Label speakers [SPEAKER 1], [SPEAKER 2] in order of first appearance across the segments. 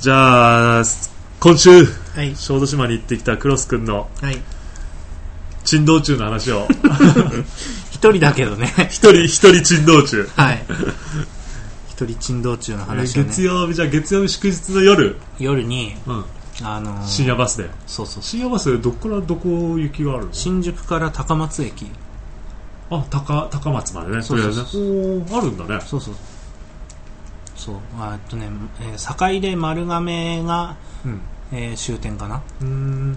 [SPEAKER 1] じゃあ、今週、
[SPEAKER 2] はい。
[SPEAKER 1] 小豆島に行ってきたクロス君の
[SPEAKER 2] はい。
[SPEAKER 1] 珍道中の話 を、
[SPEAKER 2] 一人だけど ね。
[SPEAKER 1] 一人、一人珍道中。
[SPEAKER 2] はい。一人珍道中の話をね
[SPEAKER 1] 月。曜日、じゃあ月曜日祝日の夜、
[SPEAKER 2] 夜に、
[SPEAKER 1] うん
[SPEAKER 2] あのー
[SPEAKER 1] 深夜バスで。
[SPEAKER 2] そうそうそう。
[SPEAKER 1] 深夜バスでどこからどこ行きがあるの
[SPEAKER 2] 新宿から高松駅。
[SPEAKER 1] あ、高、高松までね。
[SPEAKER 2] そうそうそう
[SPEAKER 1] とりあえずねおーあるんだね。
[SPEAKER 2] そうそう。そう。あえっとね、えー、堺で丸亀が、
[SPEAKER 1] うん
[SPEAKER 2] えー終点かな
[SPEAKER 1] うーん。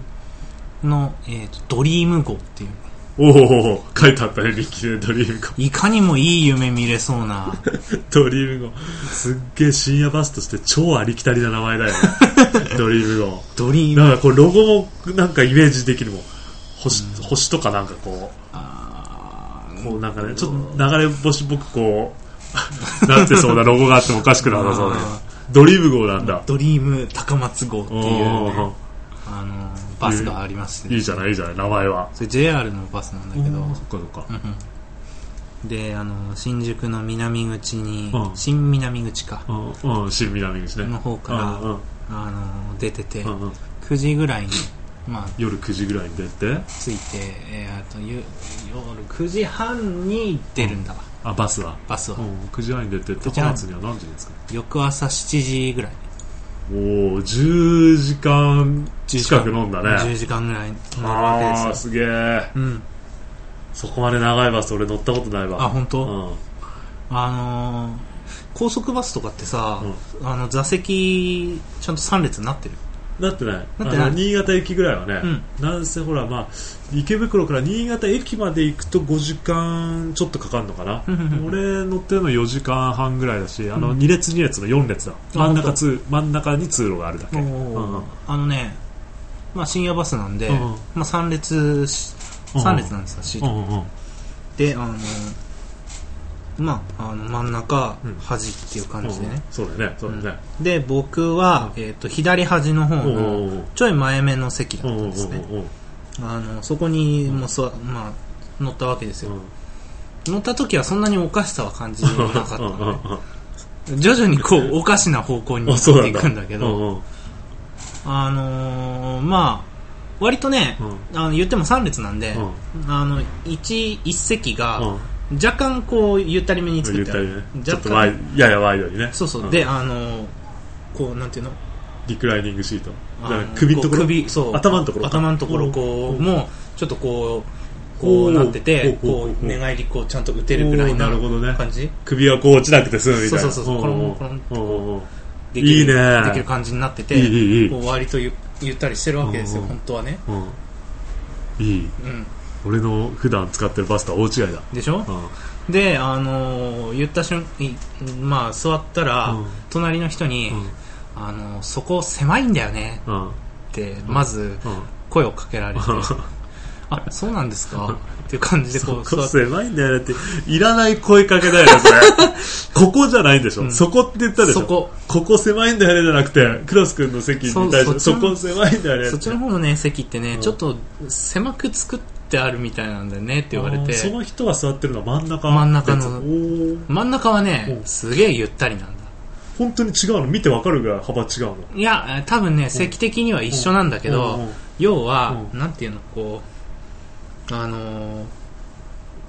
[SPEAKER 2] の、えーと、ドリーム号っていう。
[SPEAKER 1] おお書いてあったね、リッキーでドリームゴ
[SPEAKER 2] いかにもいい夢見れそうな。
[SPEAKER 1] ドリームゴすっげえ深夜バスとして超ありきたりな名前だ よね。ドリームゴ
[SPEAKER 2] ドリーム。
[SPEAKER 1] なんかこうロゴもなんかイメージできるもん星,、星とかなんかこ
[SPEAKER 2] あ
[SPEAKER 1] う
[SPEAKER 2] ー
[SPEAKER 1] こうなんかねちょっと流れ星っぽくこう なってそうなロゴがあってもおかしくなさそうね
[SPEAKER 2] あ
[SPEAKER 1] ドリーム号なんだ
[SPEAKER 2] ードリーム高松号ってい
[SPEAKER 1] お
[SPEAKER 2] うね、
[SPEAKER 1] ー
[SPEAKER 2] あのーバスがありまして、
[SPEAKER 1] いいじゃないいいじゃない名前は
[SPEAKER 2] それ JR のバスなんだけど
[SPEAKER 1] おーそっかそっか
[SPEAKER 2] であの新宿の南口に、
[SPEAKER 1] うん
[SPEAKER 2] 新南口か
[SPEAKER 1] うん、うん、新南口ね
[SPEAKER 2] の方から
[SPEAKER 1] うんうん
[SPEAKER 2] あの出てて、
[SPEAKER 1] うんうん
[SPEAKER 2] 9時ぐらいに、まあ、
[SPEAKER 1] 夜9時ぐらいに出て
[SPEAKER 2] 着いて、えーあとゆ夜9時半に出るんだわ、
[SPEAKER 1] あバスは、
[SPEAKER 2] バスは、
[SPEAKER 1] うん、9時半に出て
[SPEAKER 2] 時
[SPEAKER 1] 高
[SPEAKER 2] 半
[SPEAKER 1] 松には何時に着くの
[SPEAKER 2] 翌朝7時ぐらい
[SPEAKER 1] おお10時間
[SPEAKER 2] 10時
[SPEAKER 1] 近
[SPEAKER 2] 間
[SPEAKER 1] く飲んだ
[SPEAKER 2] 10
[SPEAKER 1] ね
[SPEAKER 2] 時間ぐらいになるわけ
[SPEAKER 1] ああー
[SPEAKER 2] です
[SPEAKER 1] す
[SPEAKER 2] よ
[SPEAKER 1] げえ
[SPEAKER 2] うん、
[SPEAKER 1] そこまで長いバス俺乗ったことないわ
[SPEAKER 2] あ本当、
[SPEAKER 1] うん
[SPEAKER 2] あのー高速バスとかってさ、あの座席ちゃんと3列になってる
[SPEAKER 1] なってない
[SPEAKER 2] なってない
[SPEAKER 1] あの新潟駅ぐらいはね、
[SPEAKER 2] うん
[SPEAKER 1] なんせほら、まあ、池袋から新潟駅まで行くと5時間ちょっとかかるのかな
[SPEAKER 2] うんうんうん
[SPEAKER 1] 俺乗ってるの4時間半ぐらいだしあ
[SPEAKER 2] う
[SPEAKER 1] の
[SPEAKER 2] ん
[SPEAKER 1] 2列2列の4列だ
[SPEAKER 2] あ
[SPEAKER 1] 真ん中
[SPEAKER 2] 本当
[SPEAKER 1] 通真ん中に通路があるだけ、うんうん
[SPEAKER 2] あのね、まあ、深夜バスなんで、
[SPEAKER 1] うん
[SPEAKER 2] まあ、3列し
[SPEAKER 1] うん
[SPEAKER 2] 三列なんですよ、シー
[SPEAKER 1] う
[SPEAKER 2] ト
[SPEAKER 1] んうん
[SPEAKER 2] であのまあ、あの真ん中、
[SPEAKER 1] うん
[SPEAKER 2] 端っていう感じで
[SPEAKER 1] うん
[SPEAKER 2] ね、
[SPEAKER 1] そうだねそうだね、
[SPEAKER 2] で僕は、えー、と左端の方
[SPEAKER 1] うんうん
[SPEAKER 2] の
[SPEAKER 1] うん
[SPEAKER 2] ちょい前目の席
[SPEAKER 1] う
[SPEAKER 2] だったん
[SPEAKER 1] ん
[SPEAKER 2] ですねあのそこにもうそ、まあ、乗ったわけですよ乗った時はそんなにおかしさは感じなかったので、ね、徐々にこうおかしな方向に
[SPEAKER 1] あ
[SPEAKER 2] 行っ
[SPEAKER 1] そうな
[SPEAKER 2] て
[SPEAKER 1] ん
[SPEAKER 2] い
[SPEAKER 1] だ
[SPEAKER 2] くんだけど
[SPEAKER 1] うんうん
[SPEAKER 2] あのーまあ割とね、
[SPEAKER 1] う
[SPEAKER 2] あの言っても3列なんで、
[SPEAKER 1] うん
[SPEAKER 2] あの 1, 一席
[SPEAKER 1] う
[SPEAKER 2] が
[SPEAKER 1] ん
[SPEAKER 2] 若干こうゆったりめに作
[SPEAKER 1] ゆ
[SPEAKER 2] っ
[SPEAKER 1] って
[SPEAKER 2] あ
[SPEAKER 1] たり
[SPEAKER 2] る
[SPEAKER 1] ね、ちょ
[SPEAKER 2] 若
[SPEAKER 1] っと
[SPEAKER 2] 干
[SPEAKER 1] ワイややワイドにね
[SPEAKER 2] そうそう、
[SPEAKER 1] ん
[SPEAKER 2] であのーこうなんていうの
[SPEAKER 1] リクライニングシートだ
[SPEAKER 2] あ
[SPEAKER 1] か
[SPEAKER 2] の
[SPEAKER 1] ら首のとこ
[SPEAKER 2] う
[SPEAKER 1] ろ
[SPEAKER 2] 首そう
[SPEAKER 1] 頭のところか
[SPEAKER 2] 頭のところこ
[SPEAKER 1] う
[SPEAKER 2] うんもうちょっとこうこ
[SPEAKER 1] お
[SPEAKER 2] う
[SPEAKER 1] ー
[SPEAKER 2] なってて
[SPEAKER 1] おーお
[SPEAKER 2] こ
[SPEAKER 1] ー
[SPEAKER 2] う寝返りこうちゃんと打てるぐらい
[SPEAKER 1] おーな
[SPEAKER 2] な
[SPEAKER 1] るほどね
[SPEAKER 2] 感じ
[SPEAKER 1] 首はこう落ちなくて済むみたいな
[SPEAKER 2] そうそうそう
[SPEAKER 1] お
[SPEAKER 2] コロン
[SPEAKER 1] お
[SPEAKER 2] コロン
[SPEAKER 1] おおお
[SPEAKER 2] できる
[SPEAKER 1] いいね
[SPEAKER 2] できる感じになって
[SPEAKER 1] い
[SPEAKER 2] て
[SPEAKER 1] いいいいい
[SPEAKER 2] こう割とゆゆったりしてるわけですよ
[SPEAKER 1] うん
[SPEAKER 2] 本当はね
[SPEAKER 1] うんいい
[SPEAKER 2] うん
[SPEAKER 1] 俺の普段使ってるバスとは大違いだ
[SPEAKER 2] でしょ
[SPEAKER 1] う
[SPEAKER 2] で、あのー言った瞬いまあ、座ったら、
[SPEAKER 1] うん
[SPEAKER 2] 隣の人に、
[SPEAKER 1] んうん
[SPEAKER 2] あのーそこ狭いんだよね
[SPEAKER 1] うん
[SPEAKER 2] って、まず
[SPEAKER 1] うん
[SPEAKER 2] 声をかけられて、あ、そうなんですかっていう感じでこう
[SPEAKER 1] そ
[SPEAKER 2] 座
[SPEAKER 1] こ
[SPEAKER 2] って、
[SPEAKER 1] 狭いんだよねっていらない声かけだよね それここじゃないんでしょ、
[SPEAKER 2] うん
[SPEAKER 1] そこって言ったでしょ
[SPEAKER 2] そこ
[SPEAKER 1] ここ狭いんだよねじゃなくてクロス君の席に対してそ
[SPEAKER 2] そそっち
[SPEAKER 1] こ
[SPEAKER 2] の
[SPEAKER 1] 狭いんだよね
[SPEAKER 2] そっちの
[SPEAKER 1] っ
[SPEAKER 2] 方のね、席ってね、
[SPEAKER 1] うん
[SPEAKER 2] ちょっと狭く作ってあるみたいなんだよねって
[SPEAKER 1] て
[SPEAKER 2] 言われて、
[SPEAKER 1] その人が座ってるのは真ん中
[SPEAKER 2] 真ん中の
[SPEAKER 1] おー
[SPEAKER 2] 真ん中はね
[SPEAKER 1] う、ん
[SPEAKER 2] すげえゆったりなんだ。
[SPEAKER 1] 本当に違うの見てわかるぐらい幅違うの
[SPEAKER 2] いや、えー多分ね、席的には一緒なんだけど、
[SPEAKER 1] うんうん
[SPEAKER 2] 要は、
[SPEAKER 1] う
[SPEAKER 2] なんていうのこうあのー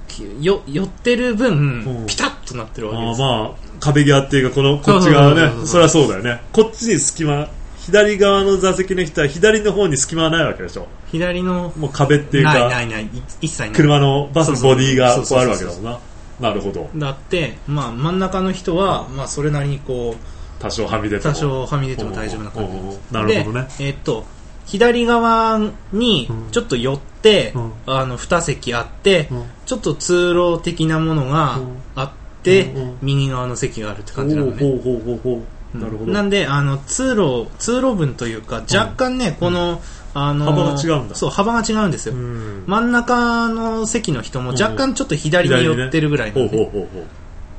[SPEAKER 2] きよ寄ってる分、
[SPEAKER 1] うん
[SPEAKER 2] ピタッとなってるわけ
[SPEAKER 1] あ
[SPEAKER 2] で
[SPEAKER 1] あ
[SPEAKER 2] すよ
[SPEAKER 1] まあ壁際っていうかこのこっち側ねそりゃそうだよねこっちに隙間左側の座席の人は左の方に隙間はないわけでしょ
[SPEAKER 2] 左の
[SPEAKER 1] もう壁っていうか
[SPEAKER 2] ないないないい一切ない
[SPEAKER 1] 車のバスのボディがこうあるわけだも
[SPEAKER 2] そ
[SPEAKER 1] んななるほど
[SPEAKER 2] だって、まあ、真ん中の人は、まあ、それなりにこう
[SPEAKER 1] 多少はみ出ても
[SPEAKER 2] 多少はみ出ても大丈夫な感じ
[SPEAKER 1] おうおうおうなるほどね
[SPEAKER 2] でえーっと左側に
[SPEAKER 1] ん
[SPEAKER 2] ちょっと寄って、
[SPEAKER 1] うん
[SPEAKER 2] あの2席あって、
[SPEAKER 1] うん
[SPEAKER 2] ちょっと通路的なものが
[SPEAKER 1] うん
[SPEAKER 2] あって、
[SPEAKER 1] うんうん
[SPEAKER 2] 右側の席があるって
[SPEAKER 1] ほ
[SPEAKER 2] 感じなの
[SPEAKER 1] う
[SPEAKER 2] ね
[SPEAKER 1] ほうほうほうほうなるほど
[SPEAKER 2] なんであの通路通路分というか若干ね、この、あの
[SPEAKER 1] 幅が違うんだ
[SPEAKER 2] そう幅が違うんですよ、
[SPEAKER 1] うん
[SPEAKER 2] 真ん中の席の人も若干ちょっと左に寄ってるぐらいな
[SPEAKER 1] ほ
[SPEAKER 2] ん
[SPEAKER 1] う
[SPEAKER 2] で、
[SPEAKER 1] ほうほうほう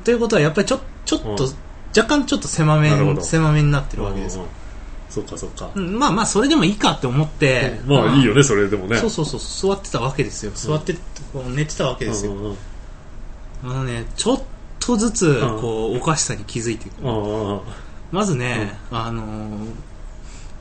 [SPEAKER 2] ということはやっぱりちょちょっと、
[SPEAKER 1] うん
[SPEAKER 2] 若干ちょっと狭め
[SPEAKER 1] なるほど
[SPEAKER 2] 狭めになってるわけですよ、
[SPEAKER 1] うんうんそっかそっか
[SPEAKER 2] うんまあまあそれでもいいかって思って、
[SPEAKER 1] まあいいよねそれでもね
[SPEAKER 2] そうそうそう座ってたわけですよ座ってこう寝てたわけですよ、
[SPEAKER 1] うんうんうん
[SPEAKER 2] あのねちょっとずつ
[SPEAKER 1] うん
[SPEAKER 2] こうおかしさに気づいていく
[SPEAKER 1] うんうんうん
[SPEAKER 2] まずね、あのー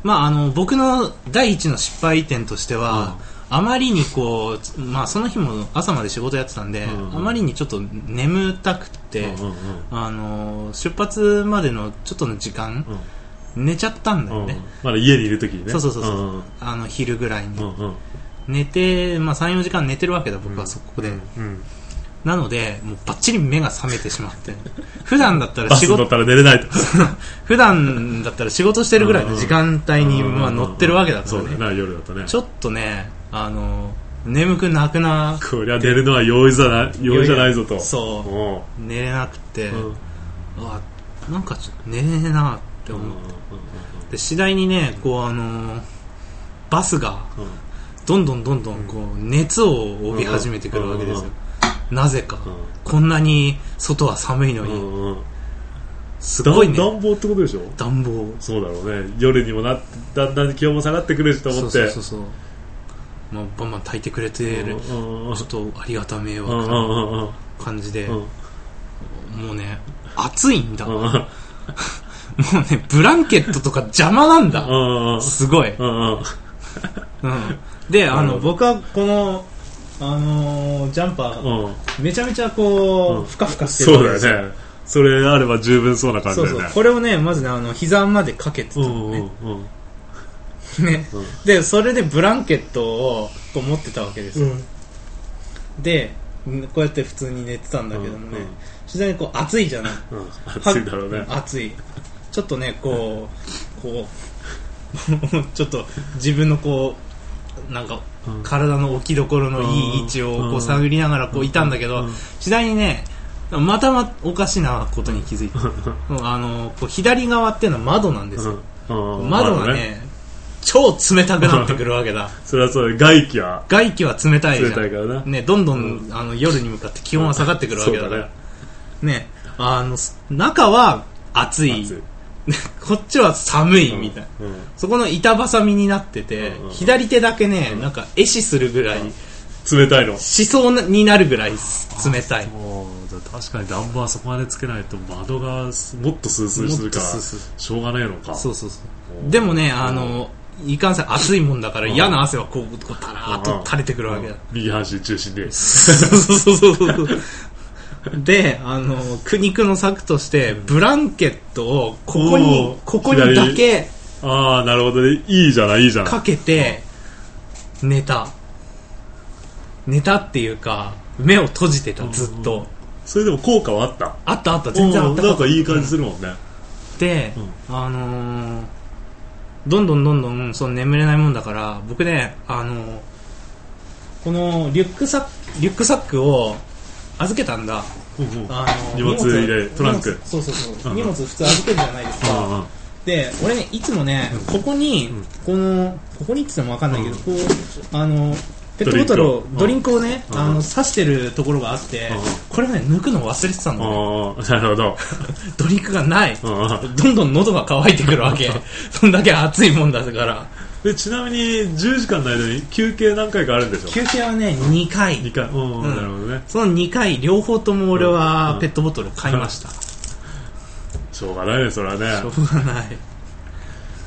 [SPEAKER 2] まあ、あの僕の第一の失敗点としては、あまりにこう、まあ、その日も朝まで仕事やってたんで、
[SPEAKER 1] うんうん
[SPEAKER 2] あまりにちょっと眠たくて、
[SPEAKER 1] うんうんうん
[SPEAKER 2] あの出発までのちょっとの時間、寝ちゃったんだ
[SPEAKER 1] う
[SPEAKER 2] よ
[SPEAKER 1] ん
[SPEAKER 2] ね、
[SPEAKER 1] まだ家にいる時にね
[SPEAKER 2] そうそうそうそう
[SPEAKER 1] うんうん
[SPEAKER 2] あの昼ぐらいに、
[SPEAKER 1] うんうん
[SPEAKER 2] 寝て、まあ、34時間寝てるわけだ僕
[SPEAKER 1] う
[SPEAKER 2] は
[SPEAKER 1] ん
[SPEAKER 2] そこで、
[SPEAKER 1] うん
[SPEAKER 2] なのでもうバッチリ目が覚めてしまって 普段だったら
[SPEAKER 1] バ
[SPEAKER 2] 仕
[SPEAKER 1] ス乗
[SPEAKER 2] 事
[SPEAKER 1] ったら寝れないと
[SPEAKER 2] 普段だったら仕事してるぐらいの時間帯にまあ乗ってるわけだから
[SPEAKER 1] そう
[SPEAKER 2] ね
[SPEAKER 1] だな夜だとね
[SPEAKER 2] ちょっとねあの眠くなくな
[SPEAKER 1] こりゃ出るのは容易じゃない容易じゃないぞと
[SPEAKER 2] そう
[SPEAKER 1] お
[SPEAKER 2] 寝れなくて、
[SPEAKER 1] ううんうん
[SPEAKER 2] あなんかちょっと寝れねえなって
[SPEAKER 1] うんうん
[SPEAKER 2] 思って次第にねこうあのーバスがどんどんどんどんこう熱を帯び始めてくるわけですよなぜか
[SPEAKER 1] うん
[SPEAKER 2] こんなに外は寒いの
[SPEAKER 1] う
[SPEAKER 2] に
[SPEAKER 1] んうん
[SPEAKER 2] すごい
[SPEAKER 1] 暖
[SPEAKER 2] ね
[SPEAKER 1] 暖房ってことでしょ
[SPEAKER 2] 暖房
[SPEAKER 1] そうだろうね夜にもなだんだん気温も下がってくるしと
[SPEAKER 2] そ
[SPEAKER 1] 思
[SPEAKER 2] う
[SPEAKER 1] っ
[SPEAKER 2] そう
[SPEAKER 1] て
[SPEAKER 2] そうそうまあバンバン炊いてくれてる
[SPEAKER 1] うんうんうん
[SPEAKER 2] ちょっとありがためえ
[SPEAKER 1] う
[SPEAKER 2] わ
[SPEAKER 1] んうんうんうん
[SPEAKER 2] 感じで
[SPEAKER 1] うん
[SPEAKER 2] もうね暑いんだ
[SPEAKER 1] う
[SPEAKER 2] もうん
[SPEAKER 1] うん
[SPEAKER 2] ねブランケットとか邪魔なんだ
[SPEAKER 1] うんうん
[SPEAKER 2] すごい
[SPEAKER 1] うんうん
[SPEAKER 2] うんで、あの、
[SPEAKER 1] うん
[SPEAKER 2] 僕はこの、あのージャンパー、
[SPEAKER 1] うん
[SPEAKER 2] めちゃめちゃこう、
[SPEAKER 1] うん
[SPEAKER 2] ふかふかしてる
[SPEAKER 1] そう
[SPEAKER 2] わけです
[SPEAKER 1] だよねそれあれば十分そうな感じ
[SPEAKER 2] そ
[SPEAKER 1] だ
[SPEAKER 2] う
[SPEAKER 1] よ
[SPEAKER 2] そう
[SPEAKER 1] ね。
[SPEAKER 2] これをね、まずね、あの、膝までかけてた
[SPEAKER 1] う
[SPEAKER 2] の
[SPEAKER 1] んう
[SPEAKER 2] ね。
[SPEAKER 1] んうん
[SPEAKER 2] ね
[SPEAKER 1] うん
[SPEAKER 2] で、それでブランケットをこう持ってたわけですよ。で、こうやって普通に寝てたんだけどもね、
[SPEAKER 1] うんうん
[SPEAKER 2] 自然にこう、暑いじゃない。
[SPEAKER 1] うん暑いだろうね
[SPEAKER 2] は暑い。ちょっとね、こう、こう、 ちょっと自分のこう、なんか、
[SPEAKER 1] うん
[SPEAKER 2] 体の置きどころのいい位置をこ
[SPEAKER 1] う
[SPEAKER 2] うん探りながらこういたんだけ
[SPEAKER 1] う
[SPEAKER 2] ど
[SPEAKER 1] ん
[SPEAKER 2] 次第にねまたまおかしなことに気づいてうんあのこう左側っていうのは窓なんですよ
[SPEAKER 1] うんうん
[SPEAKER 2] 窓がね超冷たくなってくるわけだ
[SPEAKER 1] それはそうだ外気は
[SPEAKER 2] 外気は冷たいじ
[SPEAKER 1] 冷
[SPEAKER 2] ゃ
[SPEAKER 1] たい
[SPEAKER 2] ん
[SPEAKER 1] からな
[SPEAKER 2] ねどんどんあの夜に向かって気温は下がってくるわけだ
[SPEAKER 1] そう
[SPEAKER 2] か
[SPEAKER 1] だ
[SPEAKER 2] ら
[SPEAKER 1] ね
[SPEAKER 2] ねあのす中は暑い
[SPEAKER 1] 暑い
[SPEAKER 2] こっちは寒いみたいな
[SPEAKER 1] うん
[SPEAKER 2] そこの板挟みになってて
[SPEAKER 1] うんうん
[SPEAKER 2] 左手だけねなんか壊死するぐらい
[SPEAKER 1] 冷たいの
[SPEAKER 2] しそうになるぐらい冷たい。も
[SPEAKER 1] もうだ確かに暖房はそこまでつけないと窓がすもっとスースーするから
[SPEAKER 2] もっとスースー
[SPEAKER 1] しょうがないのか
[SPEAKER 2] そうそうそう。
[SPEAKER 1] お
[SPEAKER 2] でもね、あの、いかんせん暑いもんだから
[SPEAKER 1] うん
[SPEAKER 2] 嫌な汗はこう、こうたらーっと垂れてくるわけだ。
[SPEAKER 1] 右半身中心で
[SPEAKER 2] そうそうそうそう。で、あの、苦肉の策として、ブランケットをここ
[SPEAKER 1] お
[SPEAKER 2] に
[SPEAKER 1] ー、
[SPEAKER 2] ここにだけ
[SPEAKER 1] ああなるほどねいいじゃないいいじゃない
[SPEAKER 2] かけて、寝た。寝たっていうか、目を閉じてた、ずっと。
[SPEAKER 1] それでも効果はあった
[SPEAKER 2] あったあった、全然あ
[SPEAKER 1] う
[SPEAKER 2] っ
[SPEAKER 1] ん
[SPEAKER 2] た
[SPEAKER 1] なんかいい感じするもんね
[SPEAKER 2] で、あのーどんどんどんどんその眠れないもんだから僕ね、あのーこのリュックサックリュックサックを預けたんだ、
[SPEAKER 1] うんうん
[SPEAKER 2] あのー
[SPEAKER 1] 荷物入れ
[SPEAKER 2] を
[SPEAKER 1] トランク
[SPEAKER 2] 荷物そうそうそう
[SPEAKER 1] うん
[SPEAKER 2] 荷物普通預けるじゃないですか、
[SPEAKER 1] あ
[SPEAKER 2] で俺ねいつもねここに、
[SPEAKER 1] ん
[SPEAKER 2] このここにって言っても分かんないけど、
[SPEAKER 1] うん
[SPEAKER 2] こうあのペットボトルをド
[SPEAKER 1] ド
[SPEAKER 2] リ
[SPEAKER 1] リ
[SPEAKER 2] ン
[SPEAKER 1] ン
[SPEAKER 2] クをね、
[SPEAKER 1] うん
[SPEAKER 2] あの刺してるところがあって、
[SPEAKER 1] うん
[SPEAKER 2] これね抜くの忘れてた
[SPEAKER 1] あ
[SPEAKER 2] の、ね、
[SPEAKER 1] ああなるほど
[SPEAKER 2] ドリンクがない、
[SPEAKER 1] うんうん
[SPEAKER 2] どんどん喉が渇いてくるわけ。 そんだけ暑いもんだから。
[SPEAKER 1] でちなみに10時間の間に休憩何回かあるんでしょ
[SPEAKER 2] 休憩はね、2回
[SPEAKER 1] 2。回うん、
[SPEAKER 2] うん
[SPEAKER 1] なるほどね
[SPEAKER 2] その2回、両方とも俺
[SPEAKER 1] う
[SPEAKER 2] は
[SPEAKER 1] ん
[SPEAKER 2] ペットボトルを買いました。
[SPEAKER 1] しょうがないねそれはね
[SPEAKER 2] しょうがない。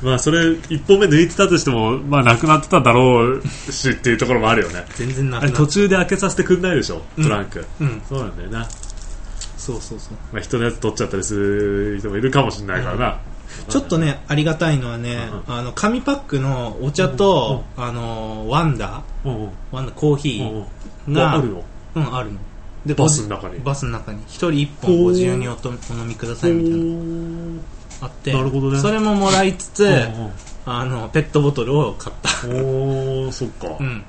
[SPEAKER 1] まあそれ1本目抜いてたとしてもまあなくなってただろうしっていうところもあるよね
[SPEAKER 2] 全然な
[SPEAKER 1] あ
[SPEAKER 2] く
[SPEAKER 1] れ
[SPEAKER 2] な
[SPEAKER 1] 途中
[SPEAKER 2] る。
[SPEAKER 1] で開けさせてくんないでしょトランク、
[SPEAKER 2] うん、
[SPEAKER 1] そうなんだよな、
[SPEAKER 2] そうそうそう。
[SPEAKER 1] まあ、人のやつ取っちゃったりする人もいるかもしれないからな、
[SPEAKER 2] ちょっとね、ありがたいのはね、あの、紙パックのお茶と、あの、ワンダ
[SPEAKER 1] うんうん
[SPEAKER 2] ワンダコーヒ
[SPEAKER 1] うん
[SPEAKER 2] ー、
[SPEAKER 1] うん
[SPEAKER 2] が
[SPEAKER 1] ああるの
[SPEAKER 2] うん、あるの。で、
[SPEAKER 1] バスの中に
[SPEAKER 2] バスの中に、1人1本ご自由におとお飲みくださいみたいなのあって、
[SPEAKER 1] なるほどね
[SPEAKER 2] それももらいつつ、
[SPEAKER 1] うん
[SPEAKER 2] あの、ペットボトルを買った。
[SPEAKER 1] うんおーそっか、
[SPEAKER 2] うん。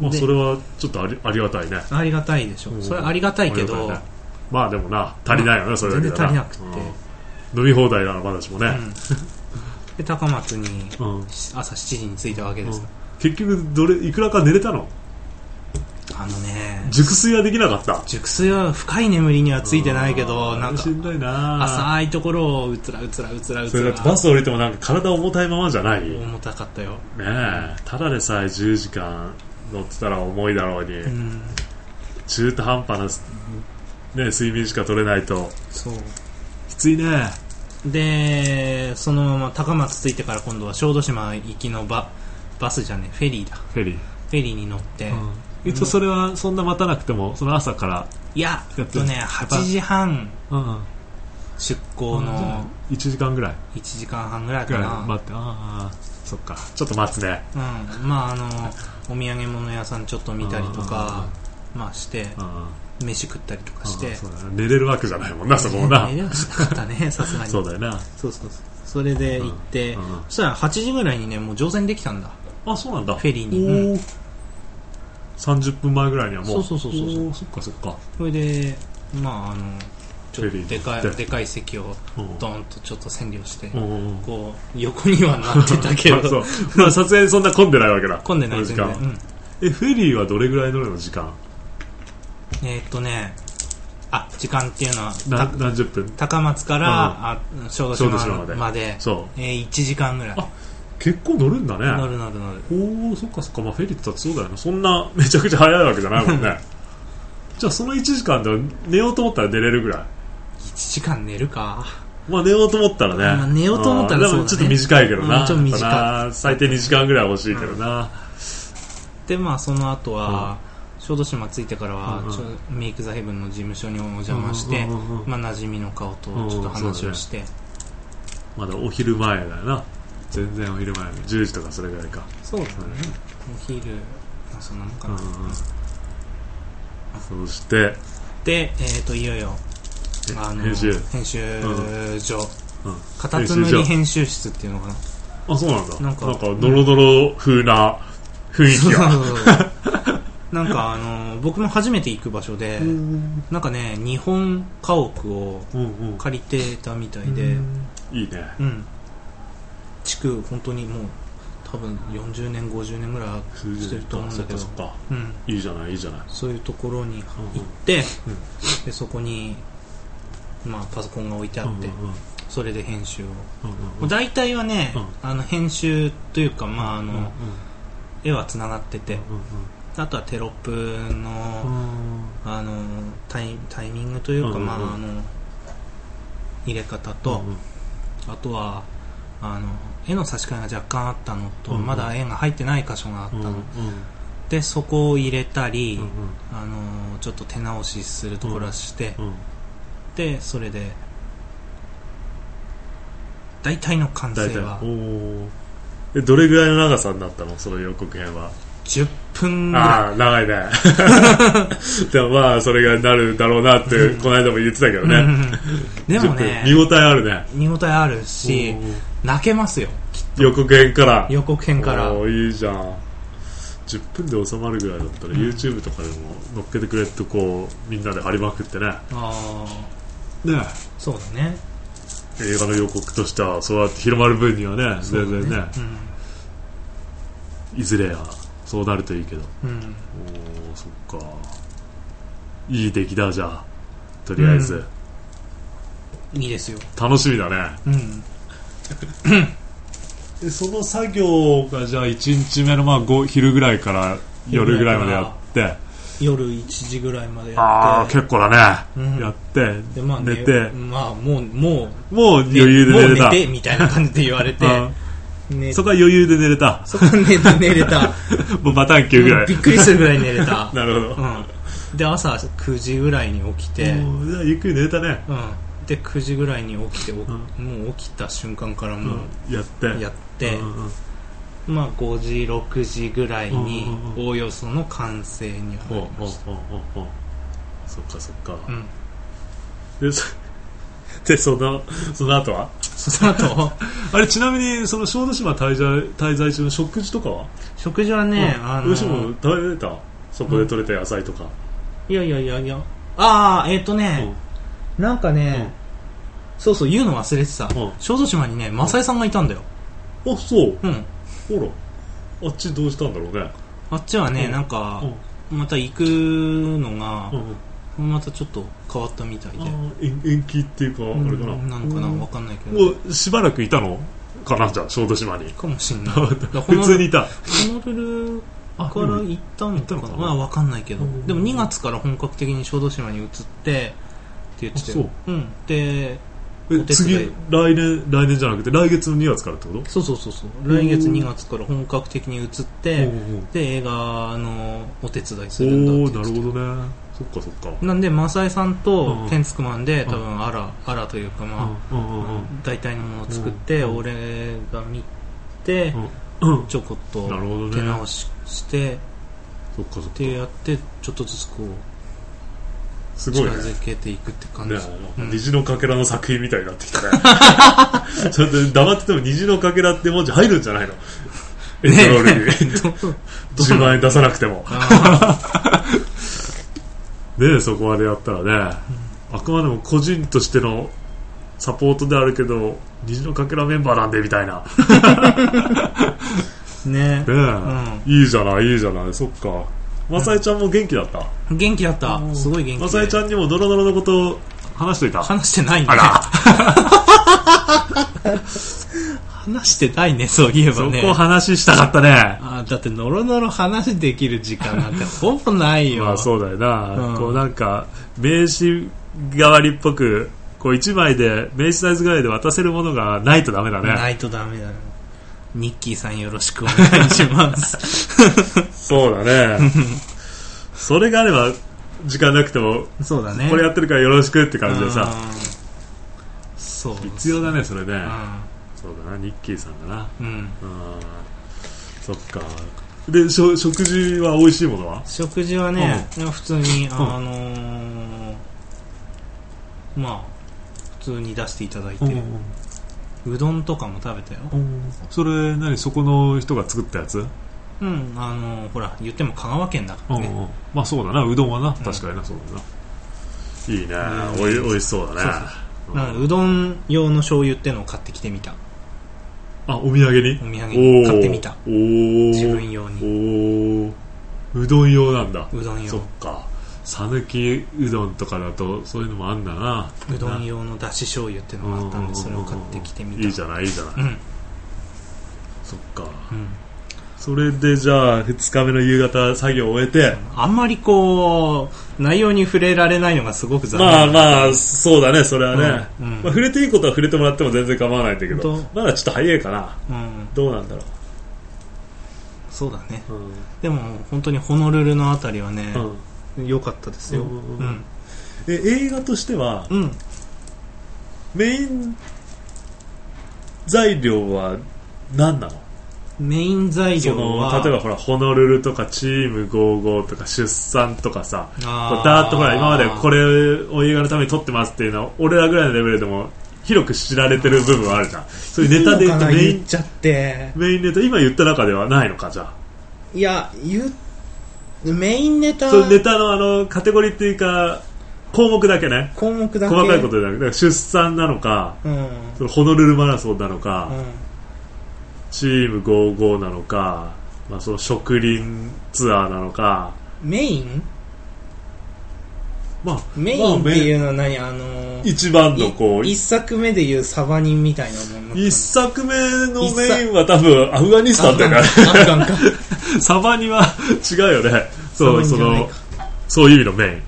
[SPEAKER 1] まあ、
[SPEAKER 2] で
[SPEAKER 1] それはちょっとありありがたいね
[SPEAKER 2] ありがたいでしょ。それありがたいけ
[SPEAKER 1] あり
[SPEAKER 2] ど、
[SPEAKER 1] がたいねまあでもな足りないよね、それだけ
[SPEAKER 2] 全然
[SPEAKER 1] だ
[SPEAKER 2] 足りなくて。
[SPEAKER 1] うん飲み放題なの私もね、
[SPEAKER 2] うんで、高松に
[SPEAKER 1] うん
[SPEAKER 2] 朝7時に着いたわけですよ。
[SPEAKER 1] 結局どれいくらか寝れたの
[SPEAKER 2] あのね、
[SPEAKER 1] 熟睡はできなかった
[SPEAKER 2] 熟睡は深い眠りにはついてないけど、
[SPEAKER 1] うん
[SPEAKER 2] なんか
[SPEAKER 1] し、んどいな
[SPEAKER 2] 浅いところをうつらうつらうつらう
[SPEAKER 1] そ
[SPEAKER 2] つ
[SPEAKER 1] れ
[SPEAKER 2] ら
[SPEAKER 1] だ。ってバス降りてもなんか体重たいままじゃない、ね
[SPEAKER 2] 重たかったよ。
[SPEAKER 1] えただでさえ10時間乗ってたら重いだろうに、
[SPEAKER 2] うん、
[SPEAKER 1] 中途半端な、ね、睡眠しか取れないと
[SPEAKER 2] そう。
[SPEAKER 1] きついね
[SPEAKER 2] でそのまま高松着いてから今度は小豆島行きのババスじゃねえフェリーだ
[SPEAKER 1] フェリー、
[SPEAKER 2] フェリーに乗って、
[SPEAKER 1] うん、一応それはそんな待たなくてもその朝から、
[SPEAKER 2] いやえ
[SPEAKER 1] や
[SPEAKER 2] っ
[SPEAKER 1] ってる
[SPEAKER 2] とね8時半
[SPEAKER 1] うん、
[SPEAKER 2] 出港の
[SPEAKER 1] 1時間ぐらい
[SPEAKER 2] 1時間半ぐらい
[SPEAKER 1] ぐ
[SPEAKER 2] から
[SPEAKER 1] い
[SPEAKER 2] な
[SPEAKER 1] 待ってああそっかちょっと待つね
[SPEAKER 2] うん、まああのお土産物屋さんちょっと見たりとか、まあして
[SPEAKER 1] うん
[SPEAKER 2] 飯食ったりとかし
[SPEAKER 1] う
[SPEAKER 2] て
[SPEAKER 1] んそうだな寝れるわけじゃないもんなそこもな
[SPEAKER 2] 寝れはしなかっ たねさすがに
[SPEAKER 1] そうだよな
[SPEAKER 2] そうそうそうそれで行って、
[SPEAKER 1] うんうん
[SPEAKER 2] そしたら8時ぐらいにねもう乗船できたんだ
[SPEAKER 1] あそうなんだ
[SPEAKER 2] フェリー
[SPEAKER 1] お
[SPEAKER 2] に
[SPEAKER 1] お30分前ぐらいにはもう
[SPEAKER 2] そうそうそうそうそう
[SPEAKER 1] おーそっかそっか
[SPEAKER 2] それでまああのちょっ
[SPEAKER 1] フェリー
[SPEAKER 2] と
[SPEAKER 1] に
[SPEAKER 2] でか
[SPEAKER 1] で
[SPEAKER 2] いでかい席を
[SPEAKER 1] うん
[SPEAKER 2] ドンとちょっと占領して、
[SPEAKER 1] うんうんうん
[SPEAKER 2] こう横にはなってたけ
[SPEAKER 1] あそう
[SPEAKER 2] ど
[SPEAKER 1] まあ撮影にそんな混んでないわけだ
[SPEAKER 2] 混んでない
[SPEAKER 1] 時
[SPEAKER 2] 全
[SPEAKER 1] 間
[SPEAKER 2] 然、うん、
[SPEAKER 1] えフェリーはどれぐらい乗るの時間
[SPEAKER 2] えーっとねあ時間っていうのは
[SPEAKER 1] な
[SPEAKER 2] た
[SPEAKER 1] 何十分
[SPEAKER 2] 高松から、あ小豆
[SPEAKER 1] 小豆島
[SPEAKER 2] 島
[SPEAKER 1] まで
[SPEAKER 2] まで
[SPEAKER 1] そ
[SPEAKER 2] えー、1時間ぐらい
[SPEAKER 1] あう結構乗るんだね
[SPEAKER 2] 乗る乗る乗る
[SPEAKER 1] おおそっかそっか、まあ、フェリーって言ったらそうだよねそんなめちゃくちゃ早いわけじゃないもんねじゃあその1時間で寝ようと思ったら寝れるぐらい
[SPEAKER 2] 1時間寝るか
[SPEAKER 1] まあ寝ようと思ったらね、
[SPEAKER 2] まあ寝ようと思ったら
[SPEAKER 1] あー
[SPEAKER 2] そうだね
[SPEAKER 1] でもちょっと短いけどな,、
[SPEAKER 2] うんちょっと短い
[SPEAKER 1] な最低2時間ぐらいは欲しいけどな、
[SPEAKER 2] でまあその後は、小豆島着いてからは、
[SPEAKER 1] うんうん
[SPEAKER 2] ちょメイク・ザ・ヘブンの事務所にお邪魔して、
[SPEAKER 1] うんうんうんうん
[SPEAKER 2] まあ馴染みの顔とちょっと話をして、
[SPEAKER 1] まだお昼前だよな全然お昼前10時とかそれぐらいか
[SPEAKER 2] そうだねお昼まあそんなもんか
[SPEAKER 1] うん
[SPEAKER 2] な、
[SPEAKER 1] うんそして、
[SPEAKER 2] で、えー、といよいよあの
[SPEAKER 1] 編集
[SPEAKER 2] 編集所、
[SPEAKER 1] うん、
[SPEAKER 2] カタツムリ
[SPEAKER 1] 編
[SPEAKER 2] 編集室っていうのかな
[SPEAKER 1] あそうなんだ
[SPEAKER 2] な
[SPEAKER 1] なんん
[SPEAKER 2] か
[SPEAKER 1] かドロドロ風な雰囲気が
[SPEAKER 2] そうそうそうそう なんかあの僕も初めて行く場所で、
[SPEAKER 1] うん
[SPEAKER 2] なんかね日本家屋を
[SPEAKER 1] うん
[SPEAKER 2] 借りてたみたいで、
[SPEAKER 1] いいね
[SPEAKER 2] うん、築本当にもう多分40年50年ぐらいしてると思うんだけど
[SPEAKER 1] そっかそっか
[SPEAKER 2] うん、
[SPEAKER 1] いいじゃないいいじゃない
[SPEAKER 2] そういうところに行
[SPEAKER 1] うん
[SPEAKER 2] って、でそこに、まあ、パソコンが置いてあって、
[SPEAKER 1] うんうん
[SPEAKER 2] それで編集を、
[SPEAKER 1] うんうん
[SPEAKER 2] もう大体はね、
[SPEAKER 1] う
[SPEAKER 2] あの編集というか、まああの
[SPEAKER 1] うんうん
[SPEAKER 2] 絵はつながってて
[SPEAKER 1] う
[SPEAKER 2] あとはテロップの、
[SPEAKER 1] んうん
[SPEAKER 2] あのタイタイミングというか、
[SPEAKER 1] うんうんうん
[SPEAKER 2] まあ、あの入れ方と、
[SPEAKER 1] うんうん
[SPEAKER 2] あとはあの絵の差し替えが若干あったのと、
[SPEAKER 1] うんうん
[SPEAKER 2] まだ絵が入ってない箇所があった
[SPEAKER 1] う
[SPEAKER 2] の、
[SPEAKER 1] んうん
[SPEAKER 2] でそこを入れたり、
[SPEAKER 1] うん
[SPEAKER 2] あのちょっと手直しするところはして、
[SPEAKER 1] うん
[SPEAKER 2] でそれで大体の完成
[SPEAKER 1] 大体
[SPEAKER 2] は
[SPEAKER 1] おーえどれぐらいの長さになったのその予告編は
[SPEAKER 2] 10分ぐら
[SPEAKER 1] ああ長い ねでもまあそれがなるだろうなってこの間も言ってたけど
[SPEAKER 2] い、うんう
[SPEAKER 1] ね
[SPEAKER 2] んでもね
[SPEAKER 1] 見応えあるね
[SPEAKER 2] 見応えあるし
[SPEAKER 1] おー
[SPEAKER 2] 泣けますよ
[SPEAKER 1] 予告編から
[SPEAKER 2] 予告編から
[SPEAKER 1] おーいいじゃん10分で収まるぐらいだったら、YouTube とかでも乗っけてくれとこうみんなで張りまくってね
[SPEAKER 2] あ
[SPEAKER 1] ね
[SPEAKER 2] ーそうだね
[SPEAKER 1] 映画の予告としてはそうやって広まる分にはね全然ねいずれやそうなるといいけど
[SPEAKER 2] うん、うん
[SPEAKER 1] おーそっかいい出来だじゃあとりあえず、
[SPEAKER 2] うんいいですよ、
[SPEAKER 1] 楽しみだね
[SPEAKER 2] うん、
[SPEAKER 1] でその作業がじゃあ1日目のまあご昼ぐらいから夜ぐらいまでやって
[SPEAKER 2] 夜1時ぐらいまで
[SPEAKER 1] あ
[SPEAKER 2] や
[SPEAKER 1] あ
[SPEAKER 2] って
[SPEAKER 1] 結構だね、
[SPEAKER 2] うん
[SPEAKER 1] やって、
[SPEAKER 2] でまあね、
[SPEAKER 1] 寝て
[SPEAKER 2] まあもうもう
[SPEAKER 1] もう余裕で寝れ
[SPEAKER 2] も
[SPEAKER 1] た
[SPEAKER 2] う寝てみたいな感じで言われて
[SPEAKER 1] うん
[SPEAKER 2] 寝
[SPEAKER 1] そこは余裕で寝れた
[SPEAKER 2] そこ寝て寝れた
[SPEAKER 1] もうバタン級ぐ らい
[SPEAKER 2] びっくりするぐらい寝れ た
[SPEAKER 1] なるほど、
[SPEAKER 2] うん、で朝9時ぐらいに起きて、うん、
[SPEAKER 1] おーじゃあゆっくり寝れたね、
[SPEAKER 2] で9時ぐらいに起きて、お
[SPEAKER 1] ん
[SPEAKER 2] もう起きた瞬間から
[SPEAKER 1] うん
[SPEAKER 2] も
[SPEAKER 1] やって
[SPEAKER 2] うやって、
[SPEAKER 1] うんうんうん
[SPEAKER 2] まあ5時6時ぐらいに
[SPEAKER 1] うんうんう
[SPEAKER 2] おおよその完成に
[SPEAKER 1] ほうほ
[SPEAKER 2] 入りま
[SPEAKER 1] う
[SPEAKER 2] し
[SPEAKER 1] ほうほうほうそっかそっか、
[SPEAKER 2] た、うん、
[SPEAKER 1] でそ でそのその後は
[SPEAKER 2] その後
[SPEAKER 1] あれちなみにその小豆島滞在滞在中の食事とかは
[SPEAKER 2] 食事はね、
[SPEAKER 1] うん
[SPEAKER 2] あの
[SPEAKER 1] うちも食べれたそこで採れた野菜とか、
[SPEAKER 2] いやいやいやいや。ああ、えっ、とね、なんかね、そうそう、言うの忘れてた。
[SPEAKER 1] うん
[SPEAKER 2] 小豆島にね、マサイさんがいたんだよ。
[SPEAKER 1] うんあそう
[SPEAKER 2] うん。
[SPEAKER 1] ほらあっちどうしたんだろうね
[SPEAKER 2] あっちはね、
[SPEAKER 1] うん
[SPEAKER 2] なんか
[SPEAKER 1] うん、
[SPEAKER 2] また行くのが
[SPEAKER 1] う、んうん
[SPEAKER 2] またちょっと変わったみたいで。
[SPEAKER 1] あー延延期っていうか
[SPEAKER 2] うん
[SPEAKER 1] あれかな
[SPEAKER 2] なのかなわかんないけど。
[SPEAKER 1] もうしばらくいたのかなじゃあ小豆島に
[SPEAKER 2] かもしんない。だから
[SPEAKER 1] 普通にいた
[SPEAKER 2] ホノルル
[SPEAKER 1] あ
[SPEAKER 2] から行ったのか
[SPEAKER 1] 行ったの
[SPEAKER 2] な
[SPEAKER 1] かな
[SPEAKER 2] まあわかんないけど
[SPEAKER 1] うん。
[SPEAKER 2] でも2月から本格的に小豆島に移って、って言ってたよ
[SPEAKER 1] あ。
[SPEAKER 2] うん。で、
[SPEAKER 3] え
[SPEAKER 2] お手伝
[SPEAKER 3] 次
[SPEAKER 2] い
[SPEAKER 3] 来年来年じゃなくて来月の2月からってこと
[SPEAKER 2] そうそうそうそう来月2月から本格的に移ってで映画のお手伝いす
[SPEAKER 3] お
[SPEAKER 2] るんだって
[SPEAKER 3] お
[SPEAKER 2] 言っ
[SPEAKER 3] おなる
[SPEAKER 2] てた
[SPEAKER 3] ほどねそっかそっか
[SPEAKER 2] なんでマサイさん
[SPEAKER 3] う
[SPEAKER 2] と
[SPEAKER 3] ん
[SPEAKER 2] 天竺マンで
[SPEAKER 3] うん
[SPEAKER 2] 多分アラアラというかま
[SPEAKER 3] うんうんうん
[SPEAKER 2] あ大体のものを作って
[SPEAKER 3] うん
[SPEAKER 2] 俺が見て
[SPEAKER 3] うんうん
[SPEAKER 2] ちょこっと
[SPEAKER 3] なるほどね
[SPEAKER 2] 手直ししてっ
[SPEAKER 3] そっかそってか
[SPEAKER 2] やってちょっとずつこう
[SPEAKER 1] すごい
[SPEAKER 2] 近
[SPEAKER 1] ね
[SPEAKER 2] づけていくって感じ
[SPEAKER 1] ね
[SPEAKER 2] うん
[SPEAKER 1] 虹のかけらの作品みたいになってきた ねちょっと黙ってても虹のかけらって文字入るんじゃないのエントロールに
[SPEAKER 2] どう
[SPEAKER 1] 10万円出さなくても
[SPEAKER 2] あ
[SPEAKER 3] でそこまでやったらね、あくまでも個人としてのサポートであるけど虹のかけらメンバーなんでみたいな、ね
[SPEAKER 2] ー ね
[SPEAKER 3] えいいじゃないいいじゃないそっかマサエちゃんも元気だった
[SPEAKER 2] 元気だった
[SPEAKER 3] うん
[SPEAKER 2] すごい元気で
[SPEAKER 3] マサエちゃんにもドロドロのこと話しといた
[SPEAKER 2] 話してないね
[SPEAKER 3] あら
[SPEAKER 2] 話してないねそういえば
[SPEAKER 3] そ
[SPEAKER 2] ね
[SPEAKER 3] こ話したかったね
[SPEAKER 2] あーだってノロノロ話できる時間なん てほぼないよ、
[SPEAKER 3] まあそうだよな、
[SPEAKER 2] うん
[SPEAKER 3] こうなんか名刺代わりっぽくこう1枚で名刺サイズぐらいで渡せるものがないとダメだね
[SPEAKER 2] ないとダメだねニッキーさんよろしくお願いします
[SPEAKER 3] そうだ ねそれがあれば時間なくても
[SPEAKER 2] そうだね
[SPEAKER 3] これやってるからよろしくって感じでさ
[SPEAKER 2] うんそう
[SPEAKER 3] 必要だねそれね
[SPEAKER 2] う、
[SPEAKER 3] そうだなニッキーさんだなん
[SPEAKER 2] うん、
[SPEAKER 3] うんそっかでしょ食事は美味しいものは
[SPEAKER 2] 食事はね、でも普通にあのーまあ普通に出していただいて、うどんとかも食べたよ
[SPEAKER 3] それ何そこの人が作ったやつ、
[SPEAKER 2] うんあのーほら言っても香川県だか
[SPEAKER 3] う
[SPEAKER 2] ら
[SPEAKER 3] ん
[SPEAKER 2] ね、
[SPEAKER 3] うんまあそうだなうどんはな
[SPEAKER 2] うん
[SPEAKER 3] 確かにな、そうだないいね、
[SPEAKER 2] うん
[SPEAKER 3] おいおいしそうだねうん
[SPEAKER 2] なんかうどん用の醤油ってのを買ってきてみた
[SPEAKER 3] あお土産に
[SPEAKER 2] お土産
[SPEAKER 3] お
[SPEAKER 2] に
[SPEAKER 3] ー
[SPEAKER 2] 買ってみた
[SPEAKER 3] お
[SPEAKER 2] 自
[SPEAKER 3] ー
[SPEAKER 2] 分用
[SPEAKER 3] お
[SPEAKER 2] に
[SPEAKER 3] ーうどん用なんだ
[SPEAKER 2] うどん
[SPEAKER 3] そっ
[SPEAKER 2] 用
[SPEAKER 3] か讃岐うどんとかだとそういうのもあんだな
[SPEAKER 2] うどん用のだし醤油ってのがあったんでそれを買ってきてみた
[SPEAKER 3] いいじゃないいいじゃない、
[SPEAKER 2] うん
[SPEAKER 3] そっか
[SPEAKER 2] うん
[SPEAKER 3] それでじゃあ2日目の夕方作業を終えて、
[SPEAKER 2] あんまりこう内容に触れられないのがすごく残念
[SPEAKER 1] まあまあそうだねそれはね、
[SPEAKER 2] うんうん
[SPEAKER 1] まあ、触れていいことは触れてもらっても全然構わないんだけど
[SPEAKER 2] 本
[SPEAKER 1] まだちょっと早いかな
[SPEAKER 2] うん、
[SPEAKER 1] どうなんだろ
[SPEAKER 2] そうだね
[SPEAKER 1] う、う
[SPEAKER 2] でも本当にホノルルのあたりはね
[SPEAKER 1] んうん
[SPEAKER 2] 良、かったですよう
[SPEAKER 1] うんん
[SPEAKER 2] う
[SPEAKER 1] うんんえ映画としてはメイン材料は何なの
[SPEAKER 2] メイン材
[SPEAKER 1] そ
[SPEAKER 2] 料は
[SPEAKER 1] の例えばほらホノルルとかチーム55とか出産とかさこ
[SPEAKER 2] あ
[SPEAKER 1] うダーッとほら今までこ
[SPEAKER 2] れ
[SPEAKER 1] れを映画のために撮ってますっていうのは俺らぐらいのレベルでも広く知られてる部分はあるじゃんそういうネタで言うとメイ
[SPEAKER 2] 言っ
[SPEAKER 1] ン
[SPEAKER 2] ちゃって
[SPEAKER 1] メインネタ今言った中ではないのかじゃあ
[SPEAKER 2] いや言うメインネタ
[SPEAKER 1] そのネタのあのカテゴリーっていうか項目だけね
[SPEAKER 2] 項目だけ
[SPEAKER 1] 細かいことじゃなくてだから出産なのか
[SPEAKER 2] うん、うん、
[SPEAKER 1] そのホノルルマラソンなのか、チーム55なのか、まあ、その植林ツアーなのか、
[SPEAKER 2] メイン
[SPEAKER 1] まあ、
[SPEAKER 2] メインって
[SPEAKER 1] ま
[SPEAKER 2] いうのは何あの
[SPEAKER 1] あ一番のこう
[SPEAKER 2] い一作目で言うサバ人みたいなもの
[SPEAKER 1] 一作目のメインは多分アフガニスタンだよね
[SPEAKER 2] アフ ガンか
[SPEAKER 1] サバには違うよねそう
[SPEAKER 2] サ
[SPEAKER 1] そ
[SPEAKER 2] バニじゃない
[SPEAKER 1] の
[SPEAKER 2] か
[SPEAKER 1] そういう意味のメイン
[SPEAKER 2] うん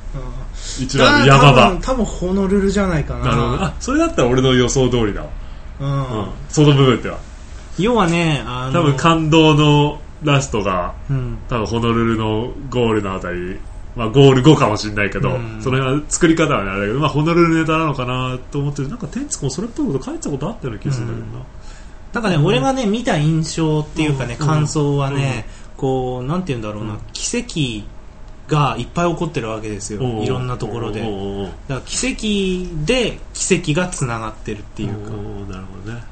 [SPEAKER 1] 一番の山
[SPEAKER 2] 多
[SPEAKER 1] 場
[SPEAKER 2] 分多分ホノルルじゃないかな
[SPEAKER 1] なるほどねあそれだったら俺の予想通りだわ、
[SPEAKER 2] うん
[SPEAKER 1] うん、その部分では
[SPEAKER 2] 要はねあ
[SPEAKER 1] 多
[SPEAKER 2] の
[SPEAKER 1] 分感動のラストが
[SPEAKER 2] うん
[SPEAKER 1] 多分ホノルルのゴールのあたり、まあ、ゴール5かもしれないけど、
[SPEAKER 2] うん
[SPEAKER 1] その辺は作り方はねあれだけど、まあ、ホノルルネタなのかなと思ってるなんか天竺もそれっぽいこと書いてたことあったような気がするんだけどな、
[SPEAKER 2] なんかね、俺がね見た印象っていうかね、
[SPEAKER 1] うん
[SPEAKER 2] 感想はね、こうなんて言うんだろうな、奇跡がいっぱい起こってるわけですよ、
[SPEAKER 1] おう
[SPEAKER 2] いろんなところで、
[SPEAKER 1] おうおうおう
[SPEAKER 2] だから奇跡で奇跡がつながってるっていうか、
[SPEAKER 1] おうおうなるほどね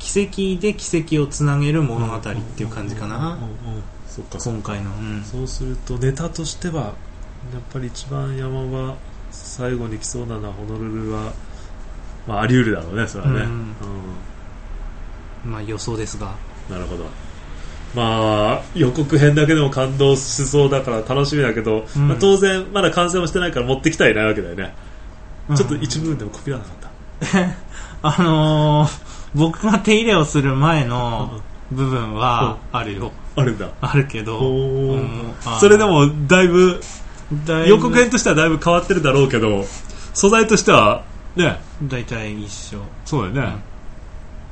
[SPEAKER 2] 奇跡で奇跡をつなげる物語っていう感じかな、
[SPEAKER 1] おうおうおうそっかそっか
[SPEAKER 2] 今回の、うん
[SPEAKER 1] そうするとネタとしてはやっぱり一番山場最後に来そうなのはホノルルは、まあ、あり得るだろうねそれはね、
[SPEAKER 2] うん
[SPEAKER 1] うん
[SPEAKER 2] まあ予想ですが
[SPEAKER 1] なるほどまあ予告編だけでも感動しそうだから楽しみだけど、
[SPEAKER 2] うん
[SPEAKER 1] まあ、当然まだ完成もしてないから持ってきたいないわけだよね、ちょっと
[SPEAKER 2] うん
[SPEAKER 1] 一部分でもこびらなかった
[SPEAKER 2] あのー、僕が手入れをする前の部分はあるよ、
[SPEAKER 1] あるんだ
[SPEAKER 2] あるけど、
[SPEAKER 1] おー
[SPEAKER 2] うん
[SPEAKER 1] それでもだいぶ
[SPEAKER 2] だいぶ
[SPEAKER 1] 予告編としてはだいぶ変わってるだろうけど素材としてはね
[SPEAKER 2] 大体一緒
[SPEAKER 1] そうだよね、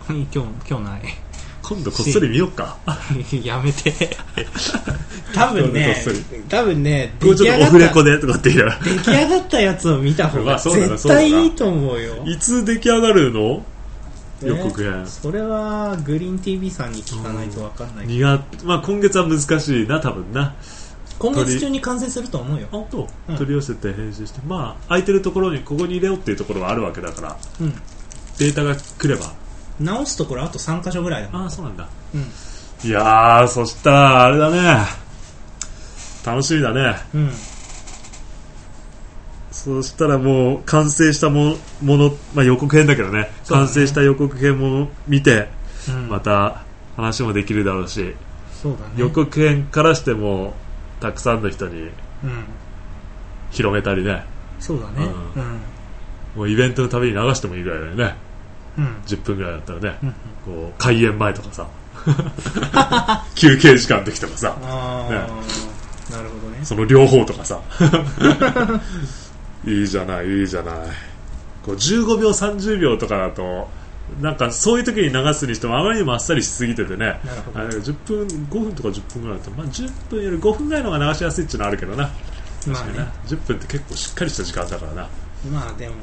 [SPEAKER 2] 今日今日ない
[SPEAKER 1] 今度こっそり見よっか
[SPEAKER 2] やめて 多分ね
[SPEAKER 1] こっそ
[SPEAKER 2] 多分ね
[SPEAKER 1] これ
[SPEAKER 2] 出
[SPEAKER 1] ち
[SPEAKER 2] 来
[SPEAKER 1] ょっ
[SPEAKER 2] 上
[SPEAKER 1] とオ
[SPEAKER 2] が
[SPEAKER 1] フレ
[SPEAKER 2] っ
[SPEAKER 1] コ
[SPEAKER 2] た
[SPEAKER 1] でとかって 言いながら
[SPEAKER 2] 出来上がったやつを見た方
[SPEAKER 1] ま
[SPEAKER 2] が
[SPEAKER 1] あそうだな
[SPEAKER 2] 絶
[SPEAKER 1] そうだな
[SPEAKER 2] 対いいと思うよ
[SPEAKER 1] いつ出来上がるの
[SPEAKER 2] ね
[SPEAKER 1] 予告編
[SPEAKER 2] それはグリーン TV さんに聞かないと分かんない
[SPEAKER 1] 二月、まあ、今月は難しいな多分な
[SPEAKER 2] 今月中に完成すると思うよ
[SPEAKER 1] 本当
[SPEAKER 2] うん
[SPEAKER 1] 取り寄せて編集して、まあ空いてるところにここに入れようっていうところはあるわけだから
[SPEAKER 2] うん
[SPEAKER 1] データが来れば
[SPEAKER 2] 直すところあと3箇所ぐらいだもん
[SPEAKER 1] ああそうなんだ
[SPEAKER 2] うん
[SPEAKER 1] いやーそしたらあれだね楽しみだね
[SPEAKER 2] うん
[SPEAKER 1] そしたらもう完成したももの、まあ、予告編だけどね
[SPEAKER 2] そうだね
[SPEAKER 1] 完成した予告編も見て
[SPEAKER 2] うん
[SPEAKER 1] また話もできるだろうし、
[SPEAKER 2] そうだね
[SPEAKER 1] 予告編からしてもたくさんの人に
[SPEAKER 2] うん
[SPEAKER 1] 広めたりね
[SPEAKER 2] そうだね
[SPEAKER 1] う
[SPEAKER 2] うん
[SPEAKER 1] もうイベントのたびに流してもいいぐらいだよね
[SPEAKER 2] うん
[SPEAKER 1] 10分ぐらいだったらね
[SPEAKER 2] うん
[SPEAKER 1] こう開演前とかさ 休憩時間の時とかさ
[SPEAKER 2] ああなるほどね
[SPEAKER 1] その両方とかさ いいじゃないいいじゃないこう15秒30秒とかだとなんかそういう時に流すにしてもあまりにもあっさりしすぎててね
[SPEAKER 2] なるほ
[SPEAKER 1] あ
[SPEAKER 2] ど
[SPEAKER 1] れ10分5分とか10分ぐらいだと、まあ、10分より5分ぐらいの方が流しやすいっていうのはあるけどな
[SPEAKER 2] まあ
[SPEAKER 1] 確かに
[SPEAKER 2] ね
[SPEAKER 1] な10分って結構しっかりした時間だからな
[SPEAKER 2] まあでも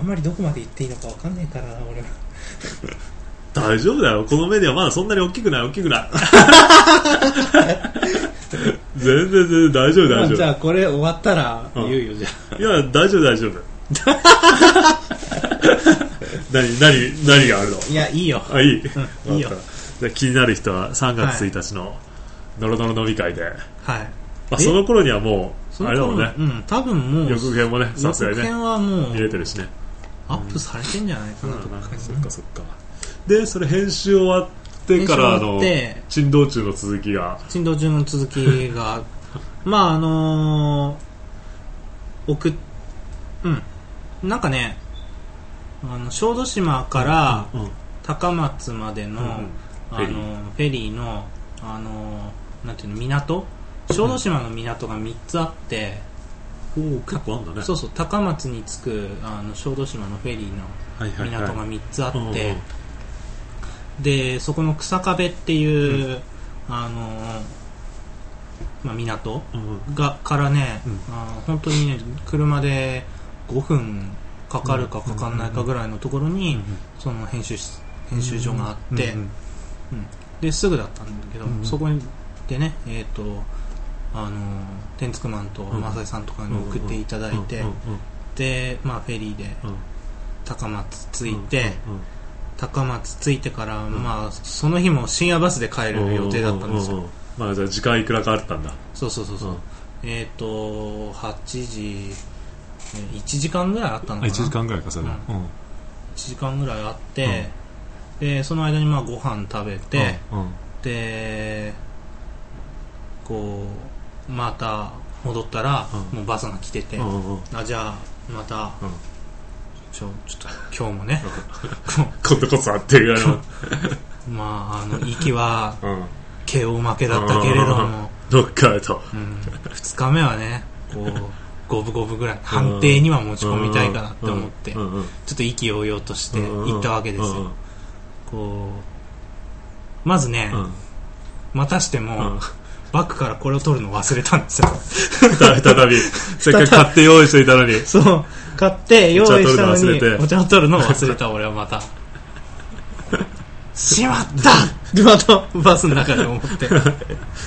[SPEAKER 2] あんまりどこまで行っていいのか分かんないからな俺は
[SPEAKER 1] 大丈夫だよこのメディアまだそんなに大きくない大きくない全然全然大丈夫
[SPEAKER 2] ま
[SPEAKER 1] 大
[SPEAKER 2] あじ
[SPEAKER 1] 丈
[SPEAKER 2] ゃあこれ終わったら言うよじゃ
[SPEAKER 1] 夫いや大丈夫大丈 夫何何何があるの
[SPEAKER 2] あいやいいよ
[SPEAKER 1] あいい、
[SPEAKER 2] うんいいよ
[SPEAKER 1] わかったじゃあ気になる人は3月1日のノロノロ飲み会で、
[SPEAKER 2] はい
[SPEAKER 1] まあ、
[SPEAKER 2] え
[SPEAKER 1] その頃にはもう
[SPEAKER 2] そ
[SPEAKER 1] あれだもんね
[SPEAKER 2] うん多分もう
[SPEAKER 1] 予告編もねさすがにね
[SPEAKER 2] 予告編はも
[SPEAKER 1] 見れ
[SPEAKER 2] う
[SPEAKER 1] てるしね
[SPEAKER 2] アップされてんじゃないかなと
[SPEAKER 1] うん
[SPEAKER 2] か
[SPEAKER 1] そっかそっかでそれ編集終わってからあ
[SPEAKER 2] 編集終わ
[SPEAKER 1] の
[SPEAKER 2] って
[SPEAKER 1] 珍道中の続きが
[SPEAKER 2] 振動中の続きが まああのー、送っうんなんかねあの小豆島から
[SPEAKER 1] うんうん
[SPEAKER 2] 高松までの、
[SPEAKER 1] うん
[SPEAKER 2] あの
[SPEAKER 1] フェリ
[SPEAKER 2] ーフェリーのあのーなんていうの港小豆島の港が3つあって、
[SPEAKER 1] おお結構あんだね
[SPEAKER 2] そうそう高松に着くあの小豆島のフェリーの
[SPEAKER 1] はいはいはい
[SPEAKER 2] 港が3つあって、
[SPEAKER 1] うんうん
[SPEAKER 2] でそこの草壁っていう、あのーまあ、港
[SPEAKER 1] うん
[SPEAKER 2] がからね、
[SPEAKER 1] うん
[SPEAKER 2] あー本当にね車で5分かかるかかかんないかぐらいのところに、その編集室編集所があって、
[SPEAKER 1] うん
[SPEAKER 2] ですぐだったんだけど、
[SPEAKER 1] うん
[SPEAKER 2] そこにでねえっ、とあのー天竺マンと
[SPEAKER 1] うん
[SPEAKER 2] マサイさんとかに送っていただいて、
[SPEAKER 1] うんうん
[SPEAKER 2] で、まあ、フェリーで
[SPEAKER 1] うん
[SPEAKER 2] 高松着いて、
[SPEAKER 1] うんうん
[SPEAKER 2] 高松着いてから、まあその日も深夜バスで帰
[SPEAKER 1] うん
[SPEAKER 2] る予定だったんです
[SPEAKER 1] う
[SPEAKER 2] よ、
[SPEAKER 1] ううまあじゃあ時間いくらかあったんだ
[SPEAKER 2] そうそうそうそう、
[SPEAKER 1] うん
[SPEAKER 2] えっ、と8時えー1時間ぐらいあったのかな
[SPEAKER 1] 1時間ぐらいかそれ
[SPEAKER 2] れ
[SPEAKER 1] うん
[SPEAKER 2] 1時間ぐらいあって、でその間にまあご飯食べて、
[SPEAKER 1] うん
[SPEAKER 2] でこうまた戻ったら、
[SPEAKER 1] うん
[SPEAKER 2] もうバスが来てて、
[SPEAKER 1] うんうんうん
[SPEAKER 2] あじゃあまた、
[SPEAKER 1] うん
[SPEAKER 2] ちょちょっと今 日もね
[SPEAKER 1] 今度こそあっていうぐらいの
[SPEAKER 2] まああの行きは
[SPEAKER 1] うん
[SPEAKER 2] KO 負けだったけれど
[SPEAKER 1] うんうん
[SPEAKER 2] も、
[SPEAKER 1] ノックアウト
[SPEAKER 2] うん、2日目はねこう五分五分ぐらい判定には持ち込みたいかなって思って、
[SPEAKER 1] うんうんうん
[SPEAKER 2] ちょっと意気揚々として
[SPEAKER 1] うん
[SPEAKER 2] 行ったわけですよ、
[SPEAKER 1] うんうん
[SPEAKER 2] こうまずね、
[SPEAKER 1] うん
[SPEAKER 2] またしても、
[SPEAKER 1] うん
[SPEAKER 2] バックからこれを取るの忘れ たんです よ
[SPEAKER 1] 再びせっかく買って用意していたのに
[SPEAKER 2] そう買って用意したの
[SPEAKER 1] お茶を取るの忘れ
[SPEAKER 2] に
[SPEAKER 1] て
[SPEAKER 2] お茶を取るのを忘れた俺は またしまったでまたバスの中で思って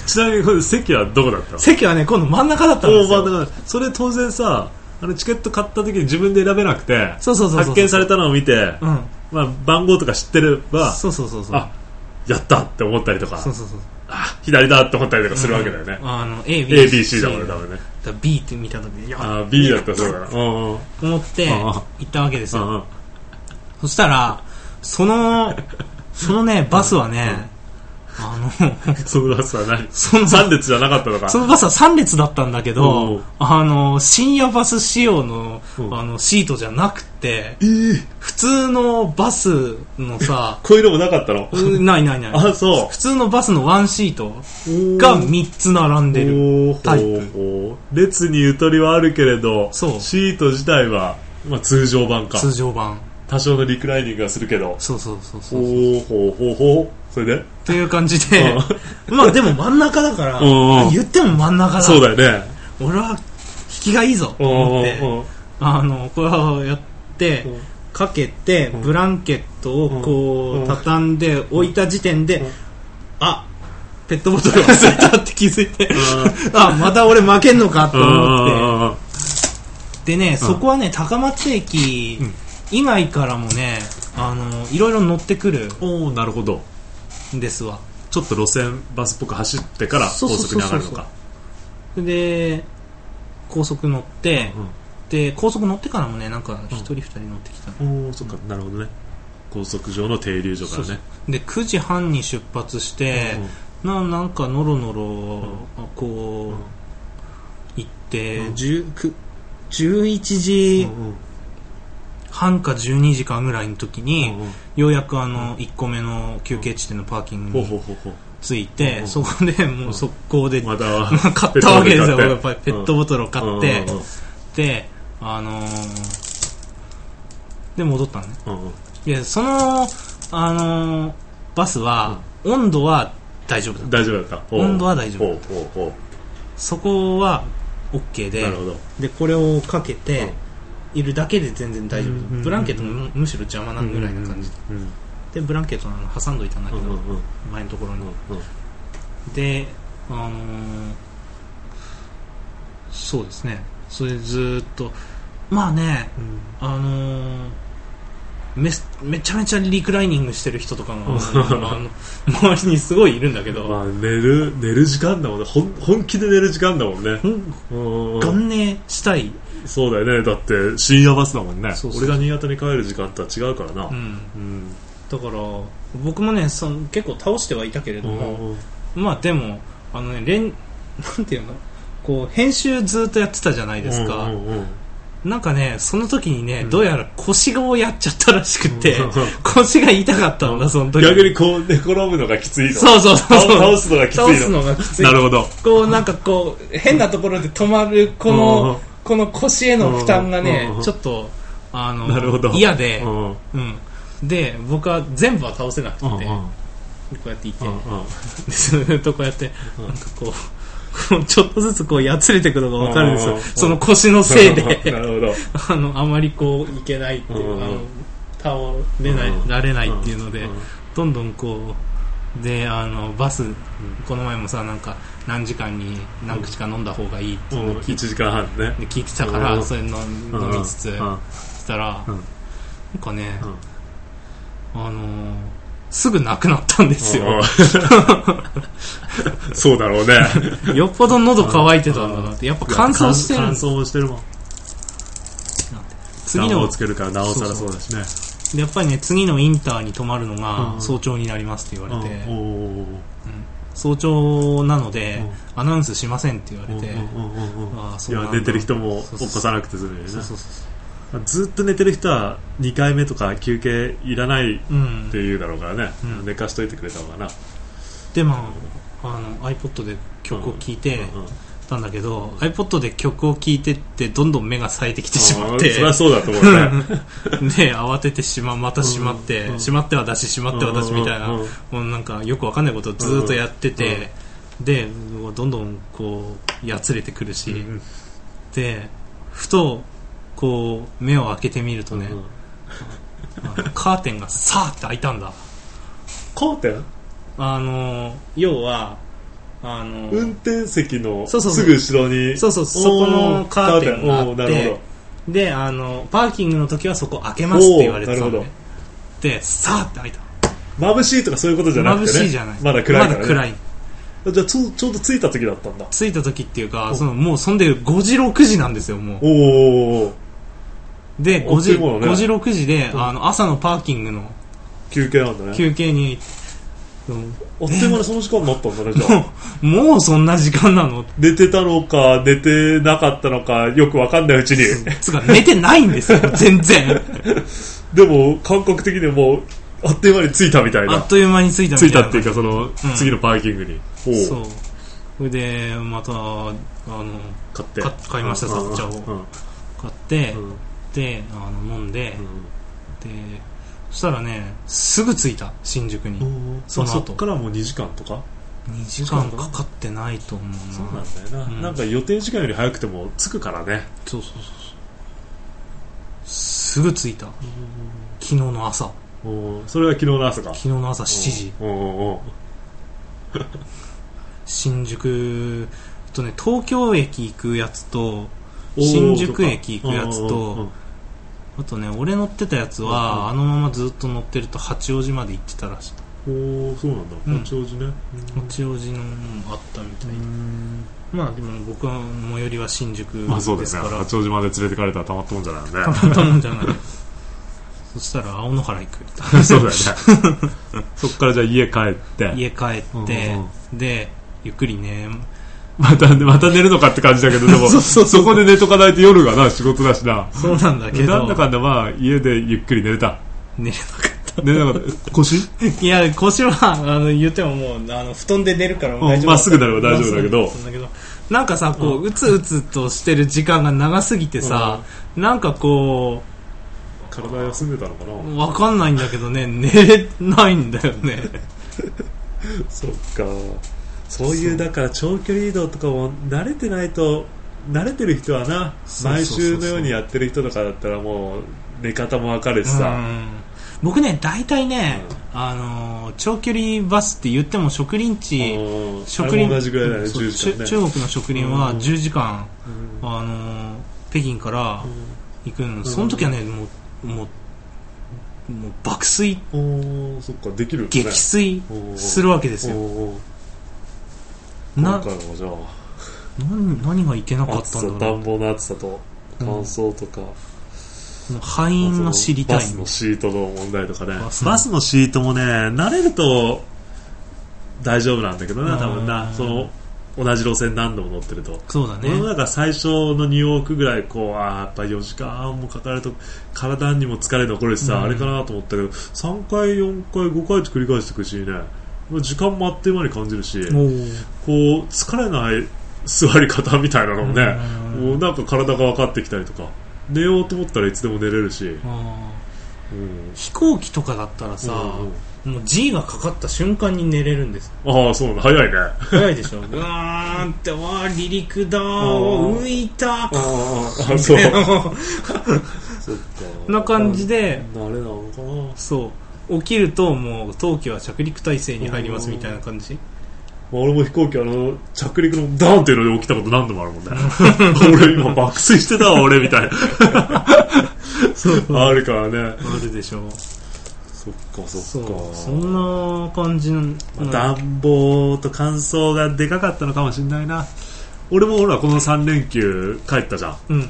[SPEAKER 1] ちなみにこれ席はどこだったの
[SPEAKER 2] 席はね今度真ん中だったんです
[SPEAKER 1] 大
[SPEAKER 2] よ
[SPEAKER 1] 盤だからそれ当然さあのチケット買った時に自分で選べなくて
[SPEAKER 2] そうそうそうそう
[SPEAKER 1] 発見されたのを見て、
[SPEAKER 2] うん
[SPEAKER 1] まあ、番号とか知ってれば
[SPEAKER 2] そうそうそうそう
[SPEAKER 1] あやったって思ったりとか
[SPEAKER 2] そうそうそう
[SPEAKER 1] あ左だって思ったりとかするわけだよね、
[SPEAKER 2] あの A、B、
[SPEAKER 1] ABC だもんね多分ね
[SPEAKER 2] だから B って見た時にいや
[SPEAKER 1] あー B だったらそうだなうんうん
[SPEAKER 2] 思って
[SPEAKER 1] うんうん
[SPEAKER 2] 行ったわけです
[SPEAKER 1] うん
[SPEAKER 2] よ
[SPEAKER 1] うん
[SPEAKER 2] そしたらそのそのねバスはねあの
[SPEAKER 1] そのバスは何
[SPEAKER 2] その
[SPEAKER 1] 3列じゃなかったのか
[SPEAKER 2] そのバスは3列だったんだけ
[SPEAKER 1] う
[SPEAKER 2] ど
[SPEAKER 1] ん
[SPEAKER 2] あの深夜バス仕様の
[SPEAKER 1] うん
[SPEAKER 2] あのシートじゃなくて
[SPEAKER 1] えー、
[SPEAKER 2] 普通のバスのさ
[SPEAKER 1] こういうのもなかったの
[SPEAKER 2] うないないない
[SPEAKER 1] あそう
[SPEAKER 2] 普通のバスのワンシートが
[SPEAKER 1] が
[SPEAKER 2] 3つ並んでる
[SPEAKER 1] おー
[SPEAKER 2] タイプ
[SPEAKER 1] ほうほう列にゆとりはあるけれど
[SPEAKER 2] そう
[SPEAKER 1] シート自体はまあ、通常版か
[SPEAKER 2] 通常版
[SPEAKER 1] 多少のリクライニングはするけど
[SPEAKER 2] そうそうそうそう
[SPEAKER 1] ほうほうほうほうそれで
[SPEAKER 2] っていう感じで、まあでも真ん中だから、
[SPEAKER 1] うんうん
[SPEAKER 2] 言っても真ん中だ。
[SPEAKER 1] そうだよね
[SPEAKER 2] 俺は引きがいいぞと
[SPEAKER 1] うん
[SPEAKER 2] 思っ
[SPEAKER 1] う
[SPEAKER 2] て、
[SPEAKER 1] んうん
[SPEAKER 2] あの、これをやって、
[SPEAKER 1] うん
[SPEAKER 2] かけて、
[SPEAKER 1] ん
[SPEAKER 2] ブランケットを
[SPEAKER 1] う
[SPEAKER 2] こ
[SPEAKER 1] ん
[SPEAKER 2] う、畳んで置いた時点で
[SPEAKER 1] うん、
[SPEAKER 2] あ、ペットボトル忘れたって気づいて、
[SPEAKER 1] う
[SPEAKER 2] あ、また俺負けんのかと
[SPEAKER 1] うんうんう
[SPEAKER 2] 思っ
[SPEAKER 1] んうん
[SPEAKER 2] て、でね、そこはね、高松駅以外からもね、あの、いろいろ乗ってくる
[SPEAKER 1] おーなるほど
[SPEAKER 2] んですわ。
[SPEAKER 1] ちょっと路線バスっぽく走ってから
[SPEAKER 2] そ
[SPEAKER 1] 高
[SPEAKER 2] うそう
[SPEAKER 1] 速
[SPEAKER 2] そう
[SPEAKER 1] に
[SPEAKER 2] そう
[SPEAKER 1] 上がるのか
[SPEAKER 2] で高速乗って、
[SPEAKER 1] うん
[SPEAKER 2] で高速乗ってからもねなんか一人二人乗ってきた、
[SPEAKER 1] おーそっかなるほどね高速上の停留所から
[SPEAKER 2] そう
[SPEAKER 1] ね
[SPEAKER 2] で9時半に出発して、ななんかのろのろこう、
[SPEAKER 1] うん
[SPEAKER 2] 行って、
[SPEAKER 1] うん
[SPEAKER 2] 10く11時
[SPEAKER 1] うんうん
[SPEAKER 2] 半か12時間ぐらいの時に、
[SPEAKER 1] うんうん
[SPEAKER 2] ようやくあの1個目の休憩地点のパーキン
[SPEAKER 1] ほ
[SPEAKER 2] グ
[SPEAKER 1] うほう
[SPEAKER 2] に
[SPEAKER 1] ほうほう
[SPEAKER 2] 着
[SPEAKER 1] う
[SPEAKER 2] い
[SPEAKER 1] ん
[SPEAKER 2] て、
[SPEAKER 1] うん
[SPEAKER 2] そこでもう速攻で、
[SPEAKER 1] ま た
[SPEAKER 2] 買ったわけですよ
[SPEAKER 1] ペットボトル買って
[SPEAKER 2] やっぱりペットボトルを買って、であのー、で戻ったのね
[SPEAKER 1] うんうんうん
[SPEAKER 2] でその、あのー、バスは、温度は大丈夫だ
[SPEAKER 1] 大丈夫だったほう
[SPEAKER 2] 温度は大丈夫
[SPEAKER 1] ほうほうほ
[SPEAKER 2] そこは OK
[SPEAKER 1] う
[SPEAKER 2] で
[SPEAKER 1] なるほど
[SPEAKER 2] でこれをかけているだけで全然大丈夫、
[SPEAKER 1] うんうんうんうん
[SPEAKER 2] ブランケットもむむしろ邪魔なぐらいな感じ、
[SPEAKER 1] うん
[SPEAKER 2] でブランケットのあの挟んどいたんだけ
[SPEAKER 1] う
[SPEAKER 2] ど、
[SPEAKER 1] んうんうん
[SPEAKER 2] 前のところに、
[SPEAKER 1] うん
[SPEAKER 2] であのーそうですねそれでずーっとまあね
[SPEAKER 1] うん
[SPEAKER 2] あのー、めめちゃめちゃリクライニングしてる人とか も、あの周りにすごいいるんだけど、
[SPEAKER 1] まあ寝る寝る時間だもんねほん本気で寝る時間だもんね
[SPEAKER 2] ほん
[SPEAKER 1] うんうんうん
[SPEAKER 2] 元年したい、
[SPEAKER 1] そうだよねだって深夜バスだもんね
[SPEAKER 2] そうそう
[SPEAKER 1] 俺が新潟に帰る時間とは違うからな
[SPEAKER 2] うん、
[SPEAKER 1] うん
[SPEAKER 2] だから僕もねその結構倒してはいたけれども、まあでもあのね連なんていうのこう編集ずっとやってたじゃないですか、
[SPEAKER 1] うんうんうん
[SPEAKER 2] なんかねその時にね、
[SPEAKER 1] うん
[SPEAKER 2] どうやら腰をやっちゃったらしくて、
[SPEAKER 1] うん
[SPEAKER 2] 腰が痛かったんだその時
[SPEAKER 1] 逆にこう寝転ぶのがきついの
[SPEAKER 2] そうそうそう
[SPEAKER 1] 倒
[SPEAKER 2] そう
[SPEAKER 1] 倒すのがきついの
[SPEAKER 2] 倒すのがきつい
[SPEAKER 1] なるほど
[SPEAKER 2] こうなんかこう変なところで止まるこ
[SPEAKER 1] うんうん
[SPEAKER 2] のこの腰への負担がね
[SPEAKER 1] うんうん
[SPEAKER 2] ちょっとあの
[SPEAKER 1] なるほど
[SPEAKER 2] 嫌で
[SPEAKER 1] う、んうん
[SPEAKER 2] うん、で僕は全部は倒せなくて
[SPEAKER 1] うんう
[SPEAKER 2] こ
[SPEAKER 1] ん
[SPEAKER 2] うやっていて
[SPEAKER 1] うん
[SPEAKER 2] でずーっとこうやって
[SPEAKER 1] うん
[SPEAKER 2] なんかこう こうちょっとずつこうやつれていくのがわかるんで
[SPEAKER 1] う
[SPEAKER 2] す
[SPEAKER 1] んう
[SPEAKER 2] よ
[SPEAKER 1] んうん
[SPEAKER 2] その腰のせい
[SPEAKER 1] な
[SPEAKER 2] で
[SPEAKER 1] るほど
[SPEAKER 2] あのあまりこういけないっていう
[SPEAKER 1] うんうん
[SPEAKER 2] あの倒れない
[SPEAKER 1] うんうん
[SPEAKER 2] られないっていうので
[SPEAKER 1] んん
[SPEAKER 2] どんどんこうであのバス、この前もさなんか何時間に何口か飲んだ方がいいっていうのを聞
[SPEAKER 1] 1
[SPEAKER 2] いて
[SPEAKER 1] 時間半ね
[SPEAKER 2] で聞いてたから、
[SPEAKER 1] うん
[SPEAKER 2] それの飲みつつ、
[SPEAKER 1] うんうん
[SPEAKER 2] したら、
[SPEAKER 1] うん
[SPEAKER 2] なんかね、
[SPEAKER 1] うん
[SPEAKER 2] あのーすぐなくなったんですよ、
[SPEAKER 1] うん そうだろうね
[SPEAKER 2] よっぽど喉乾いてたんだなってやっぱ乾燥してるん
[SPEAKER 1] 乾
[SPEAKER 2] だ
[SPEAKER 1] 燥もしてるもん
[SPEAKER 2] 次
[SPEAKER 1] 暖房
[SPEAKER 2] の
[SPEAKER 1] をつけるからなおさらそうだしね
[SPEAKER 2] でやっぱりね次のインターに泊まるの
[SPEAKER 1] う
[SPEAKER 2] が
[SPEAKER 1] ん
[SPEAKER 2] 早朝になりますって言われて、
[SPEAKER 1] うんおー
[SPEAKER 2] 早朝なので、
[SPEAKER 1] うん
[SPEAKER 2] アナウンスしませんって言われて、
[SPEAKER 1] うんうんうんうん
[SPEAKER 2] ああ
[SPEAKER 1] い
[SPEAKER 2] そうなん
[SPEAKER 1] や
[SPEAKER 2] だ
[SPEAKER 1] 寝てる人も起こさなくて済むよね
[SPEAKER 2] そうそうそうそ
[SPEAKER 1] まあずっと寝てる人は2回目とか休憩いらないっ
[SPEAKER 2] ううん
[SPEAKER 1] ていうだろうからね、
[SPEAKER 2] うん
[SPEAKER 1] 寝かしといてくれたのかな
[SPEAKER 2] でまああの iPod で曲を聴いて
[SPEAKER 1] うんうん
[SPEAKER 2] たんだけど、iPod で曲を聴いてってどんどん目が冴えてきてしまって
[SPEAKER 1] あーそりゃそうだと 思うね
[SPEAKER 2] で慌ててしままたしまって、
[SPEAKER 1] うんうん
[SPEAKER 2] しまっては出ししまっては出しみたいな、
[SPEAKER 1] うんうんうん
[SPEAKER 2] もうなんかよくわかんないことをずーっとやってて、でもうどんどんこうやつれてくるし、
[SPEAKER 1] うん
[SPEAKER 2] でふとこう目を開けてみるとね、
[SPEAKER 1] うん
[SPEAKER 2] あのカーテンがさーって開いたんだ
[SPEAKER 1] カーテン
[SPEAKER 2] あの要はあの
[SPEAKER 1] 運転席の
[SPEAKER 2] そうそうそ
[SPEAKER 1] す
[SPEAKER 2] う
[SPEAKER 1] ぐ後ろに
[SPEAKER 2] そうそうそこの
[SPEAKER 1] お
[SPEAKER 2] カーテンがあっ
[SPEAKER 1] カーテンお
[SPEAKER 2] て
[SPEAKER 1] ーなるほ
[SPEAKER 2] であのパーキングの時はそこ開けますって言われてた
[SPEAKER 1] お
[SPEAKER 2] の
[SPEAKER 1] ーなる
[SPEAKER 2] ねでさーって開いた
[SPEAKER 1] ど眩しいとかそういうことじゃなくて
[SPEAKER 2] 眩
[SPEAKER 1] ね
[SPEAKER 2] しいじゃない
[SPEAKER 1] まだ暗いから、ね、
[SPEAKER 2] まだ暗い
[SPEAKER 1] じゃあちょちょうど着いた時だったんだ
[SPEAKER 2] 着いた時っていうかそのもうそんで5時6時なんですよも
[SPEAKER 1] おー
[SPEAKER 2] うで
[SPEAKER 1] お
[SPEAKER 2] 5時
[SPEAKER 1] 食い物ね
[SPEAKER 2] 5時6時であの朝のパーキングの
[SPEAKER 1] 休憩なんだね
[SPEAKER 2] 休憩に
[SPEAKER 1] あっという間にその時間になったんだねじゃあ
[SPEAKER 2] もうそんな時間なの
[SPEAKER 1] 寝てたのか寝てなかったのかよくわかんないうちに
[SPEAKER 2] つうか寝てないん ですよ全然
[SPEAKER 1] でも感覚的にもうあっという間に着いたみたい
[SPEAKER 2] あ
[SPEAKER 1] な
[SPEAKER 2] っという間に着いた
[SPEAKER 1] 着
[SPEAKER 2] みたい
[SPEAKER 1] い
[SPEAKER 2] な
[SPEAKER 1] たっていうかその、次のパーキングにおう
[SPEAKER 2] そうそれでまたあの
[SPEAKER 1] 買って
[SPEAKER 2] 買買いました
[SPEAKER 1] うん
[SPEAKER 2] そっちを
[SPEAKER 1] うん
[SPEAKER 2] 買って、
[SPEAKER 1] うん
[SPEAKER 2] ってあの飲んで、
[SPEAKER 3] う
[SPEAKER 2] でそしたらねすぐ着いた新宿に
[SPEAKER 3] んまあ
[SPEAKER 2] そ
[SPEAKER 3] そ
[SPEAKER 2] の後
[SPEAKER 3] っからもう2時間とか
[SPEAKER 2] 2時間かかってないと思うな
[SPEAKER 3] そうなんだよな、
[SPEAKER 2] うん
[SPEAKER 3] なんか予定時間より早くても着くからね
[SPEAKER 2] そうそうそうそうすぐ着いた昨日の朝
[SPEAKER 3] おーそれは昨日の朝か
[SPEAKER 2] 昨日の朝7時
[SPEAKER 3] おーおー
[SPEAKER 2] 新宿とね東京駅行くやつと
[SPEAKER 3] おー
[SPEAKER 2] 新宿駅行くやつ
[SPEAKER 3] う
[SPEAKER 2] と
[SPEAKER 3] んうんうん
[SPEAKER 2] あとね俺乗ってたや
[SPEAKER 3] う
[SPEAKER 2] つ
[SPEAKER 3] んうん
[SPEAKER 2] はあのままずっと乗ってると八王子まで行ってたらしい
[SPEAKER 3] おおそうなんだ
[SPEAKER 2] うん
[SPEAKER 3] 八王子ね
[SPEAKER 2] 八王子のもあったみたい
[SPEAKER 3] うん
[SPEAKER 2] まあでも僕は最寄りは新宿
[SPEAKER 3] まあそう
[SPEAKER 2] で
[SPEAKER 3] です
[SPEAKER 2] す
[SPEAKER 3] ね
[SPEAKER 2] から
[SPEAKER 3] 八王子まで連れてかれたらたまったもんじゃないよね
[SPEAKER 2] たまったもんじゃないそしたら青野原行 く
[SPEAKER 3] そうだよね そっからじゃあ家帰って
[SPEAKER 2] 家帰って、でゆっくりね
[SPEAKER 3] またまた寝るのかって感じだけどでも
[SPEAKER 2] そ
[SPEAKER 3] そう
[SPEAKER 2] そうそう
[SPEAKER 3] こで寝とかないと夜がな仕事だしな
[SPEAKER 2] そうなんだけど
[SPEAKER 3] なんだかんだまあ家でゆっくり寝れた
[SPEAKER 2] 寝れなかっ
[SPEAKER 3] 寝れなかった腰
[SPEAKER 2] たいや腰はあの言ってももうあの布団で寝るからもう大丈夫
[SPEAKER 3] まっすぐなれば大丈夫だけど
[SPEAKER 2] まっすぐなれば大丈夫だけどなんかさこう、うつうつとしてる時間が長すぎてさ、なんかこ
[SPEAKER 3] 体休んでたのかな
[SPEAKER 2] うわかんないんだけどね寝れないんだよ ね
[SPEAKER 3] そっか
[SPEAKER 1] そういうだから長距離移動とかも慣れてないと慣れてる人はな
[SPEAKER 2] そうそう
[SPEAKER 1] 毎
[SPEAKER 2] そうそう
[SPEAKER 1] 週のようにやってる人とかだったらもう寝方もわかるし
[SPEAKER 2] う
[SPEAKER 1] さ、
[SPEAKER 2] ん僕ね大体ね、あの長距離バスって言っても植林地、
[SPEAKER 1] うん
[SPEAKER 2] 植
[SPEAKER 1] あれ
[SPEAKER 2] 林
[SPEAKER 1] も同じぐらいだね
[SPEAKER 2] そう
[SPEAKER 1] 10時間ね
[SPEAKER 2] ちゅ中国の植林は
[SPEAKER 1] うん
[SPEAKER 2] 10時間、
[SPEAKER 1] うん
[SPEAKER 2] あのー北京から行くの、その時はねもうもうもう爆睡
[SPEAKER 1] おーそっかできるんだね
[SPEAKER 2] 撃睡
[SPEAKER 1] おー
[SPEAKER 2] するわけですよ
[SPEAKER 1] おー
[SPEAKER 2] な
[SPEAKER 1] 今回はじゃ
[SPEAKER 2] 何何がいけな
[SPEAKER 1] あ
[SPEAKER 2] かっ
[SPEAKER 1] 暑
[SPEAKER 2] た
[SPEAKER 1] さ
[SPEAKER 2] んだろう
[SPEAKER 1] 暖房の暑さと乾燥とか、
[SPEAKER 2] もう敗因が知りたい
[SPEAKER 1] バスのシートの問題とかね
[SPEAKER 2] バ
[SPEAKER 1] バ
[SPEAKER 2] ス
[SPEAKER 1] ス
[SPEAKER 2] の
[SPEAKER 1] のシートもね慣れると大丈夫なんだけど
[SPEAKER 2] う
[SPEAKER 1] なん多分なその同じ路線何度も乗ってると
[SPEAKER 2] そうだね
[SPEAKER 1] 俺もなんか最初のニューヨークぐらいこうあーやっぱ4時間もかかると体にも疲れ残るしさ、
[SPEAKER 2] うん
[SPEAKER 1] あれかなと思ったけど3回、4回、5回と繰り返していくしねもう時間もあっという間に感じるし
[SPEAKER 2] お
[SPEAKER 1] こう疲れない座り方みたいなのもね
[SPEAKER 2] うん
[SPEAKER 1] もうなんか体が分かってきたりとか寝ようと思ったらいつでも寝れるし、
[SPEAKER 2] あー
[SPEAKER 1] うん、
[SPEAKER 2] 飛行機とかだったらさ、
[SPEAKER 1] うん
[SPEAKER 2] もう G がかかった瞬間に寝れるんです
[SPEAKER 1] ああそうなんだ早いね
[SPEAKER 2] 早いでしょうわーんってわー離陸だー
[SPEAKER 1] ー
[SPEAKER 2] 浮いたー
[SPEAKER 1] あ あそう そっか
[SPEAKER 2] な感じで
[SPEAKER 1] 慣れなのかな
[SPEAKER 2] そう起きるともう冬季は着陸態勢に入りますみたいな感じ
[SPEAKER 1] まあ、俺も飛行機あの着陸のダーンっていうので起きたこと何度もあるもんね 俺今爆睡して たわ俺みたいなあるからね
[SPEAKER 2] あるでしょう
[SPEAKER 1] そっか
[SPEAKER 2] そ
[SPEAKER 1] そっか
[SPEAKER 2] うそんな感じの、
[SPEAKER 1] まあ暖房と乾燥がでかかったのかもしれないな俺もほらこの3連休帰ったじゃん
[SPEAKER 2] うんうん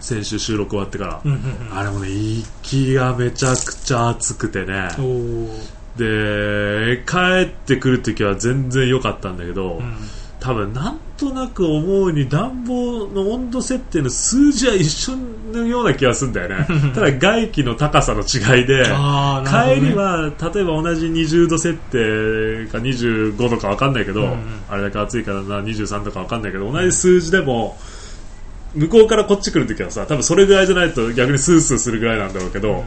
[SPEAKER 1] 先週収録終わってから、
[SPEAKER 2] うん
[SPEAKER 1] あれもね息がめちゃくちゃ暑くてね
[SPEAKER 2] うんおー
[SPEAKER 1] で帰ってくる時は全然良かったんだけど、
[SPEAKER 2] うん
[SPEAKER 1] 多分なんとなく思うに暖房の温度設定の数字は一緒のような気がするんだよ ねただ外気の高さの違いで
[SPEAKER 2] あーなる
[SPEAKER 1] 帰
[SPEAKER 2] ほどね
[SPEAKER 1] りは例えば同じ20度設定か25度か分かんないけど、
[SPEAKER 2] うんうん
[SPEAKER 1] あれだけ暑いからな23度か分かんないけど同じ数字でも向こうからこっち来るときはさ多分それぐらいじゃないと逆にスースーするぐらいなんだろうけど、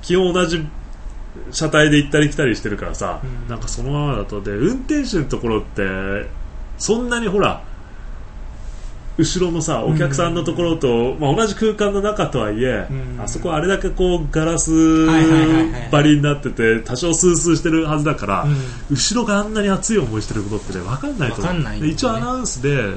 [SPEAKER 1] 気温同じ車体で行ったり来たりしてるからさ、
[SPEAKER 2] うん
[SPEAKER 1] なんかそのままだとで運転手のところってそんなにほら後ろのさお客さんのところと、まあ、同じ空間の中とはいえ、
[SPEAKER 2] うん
[SPEAKER 1] あそこはあれだけこうガラス
[SPEAKER 2] はいはいはいはい
[SPEAKER 1] 張りになってて多少スースーしてるはずだから、
[SPEAKER 2] うん
[SPEAKER 1] 後ろがあんなに熱い思いしてることって、ね、分かんないと思う
[SPEAKER 2] わかんないんだよね
[SPEAKER 1] で一応アナウンスで、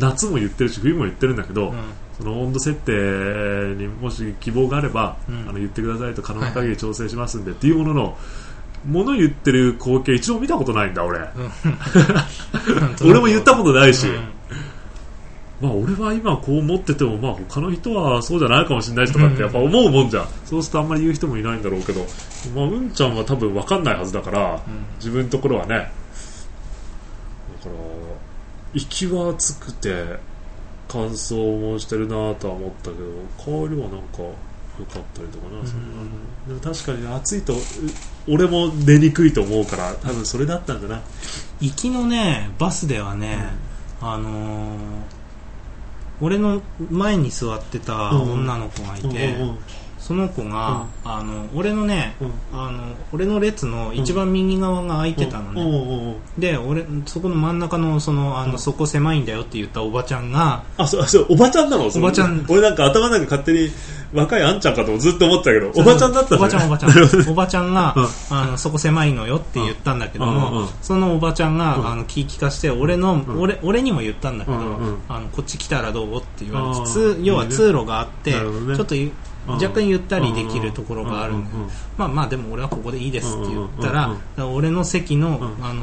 [SPEAKER 1] 夏も言ってるし冬も言ってるんだけど、
[SPEAKER 2] うん
[SPEAKER 1] その温度設定にもし希望があれば、
[SPEAKER 2] うん
[SPEAKER 1] あの言ってくださいと可能な限り調整しますんで、っていうもののもの言ってる光景一度も見たことないんだ俺、
[SPEAKER 2] うん
[SPEAKER 1] 俺も言ったことないし、
[SPEAKER 2] うん
[SPEAKER 1] まあ、俺は今こう思ってても、まあ、他の人はそうじゃないかもしれないしとかってやっぱ思うもんじゃん、そうするとあんまり言う人もいないんだろうけど、まあ、うんちゃんは多分分かんないはずだから、
[SPEAKER 2] ん
[SPEAKER 1] 自分のところはねだから息は暑くて乾燥もしてるなとは思ったけど帰りはなんか良かったりとかな、そんなでも確かに暑いとう俺も寝にくいと思うから多分それだったんだな
[SPEAKER 2] 行きのねバスではね、あのー俺の前に座ってた女の子がいて、
[SPEAKER 1] うんうん
[SPEAKER 2] その子が、あの俺のね、
[SPEAKER 1] うん
[SPEAKER 2] あの俺の列の一番右側が空いてたのね、
[SPEAKER 1] うんうんうん
[SPEAKER 2] で俺そこの真ん中のそのあの、
[SPEAKER 1] うん
[SPEAKER 2] そこ狭いんだよって言ったおばちゃんが
[SPEAKER 1] あ、そう、そう、おばちゃんなのそれ
[SPEAKER 2] おばちゃん
[SPEAKER 1] 俺なんか頭なんか勝手に若いあんちゃんかとずっと思ってたけど、
[SPEAKER 2] そ
[SPEAKER 1] お
[SPEAKER 2] の
[SPEAKER 1] ばちゃんだった
[SPEAKER 2] お
[SPEAKER 1] んだね
[SPEAKER 2] ばちゃんおばちゃんおばちゃんが、
[SPEAKER 1] うん
[SPEAKER 2] あのそこ狭いのよって言ったんだけども、
[SPEAKER 1] うんうんうん
[SPEAKER 2] そのおばちゃんが、
[SPEAKER 1] うん
[SPEAKER 2] あの聞き聞かして俺の、
[SPEAKER 1] ん
[SPEAKER 2] 俺俺にも言ったんだけど、
[SPEAKER 1] うんうん
[SPEAKER 2] あのこっち来たらどうって言われ
[SPEAKER 1] あ
[SPEAKER 2] て
[SPEAKER 1] ー
[SPEAKER 2] 通要はい
[SPEAKER 1] いね
[SPEAKER 2] 通路があって、
[SPEAKER 1] なるほどね
[SPEAKER 2] ちょっとゆ
[SPEAKER 1] うん
[SPEAKER 2] 若干ゆったりできるところがあるんだ
[SPEAKER 1] う
[SPEAKER 2] よ
[SPEAKER 1] んうんうん
[SPEAKER 2] まあまあでも俺はここでいいですって言ったら,、
[SPEAKER 1] うんうんうんうん
[SPEAKER 2] 俺の席の,、
[SPEAKER 1] うん
[SPEAKER 2] あの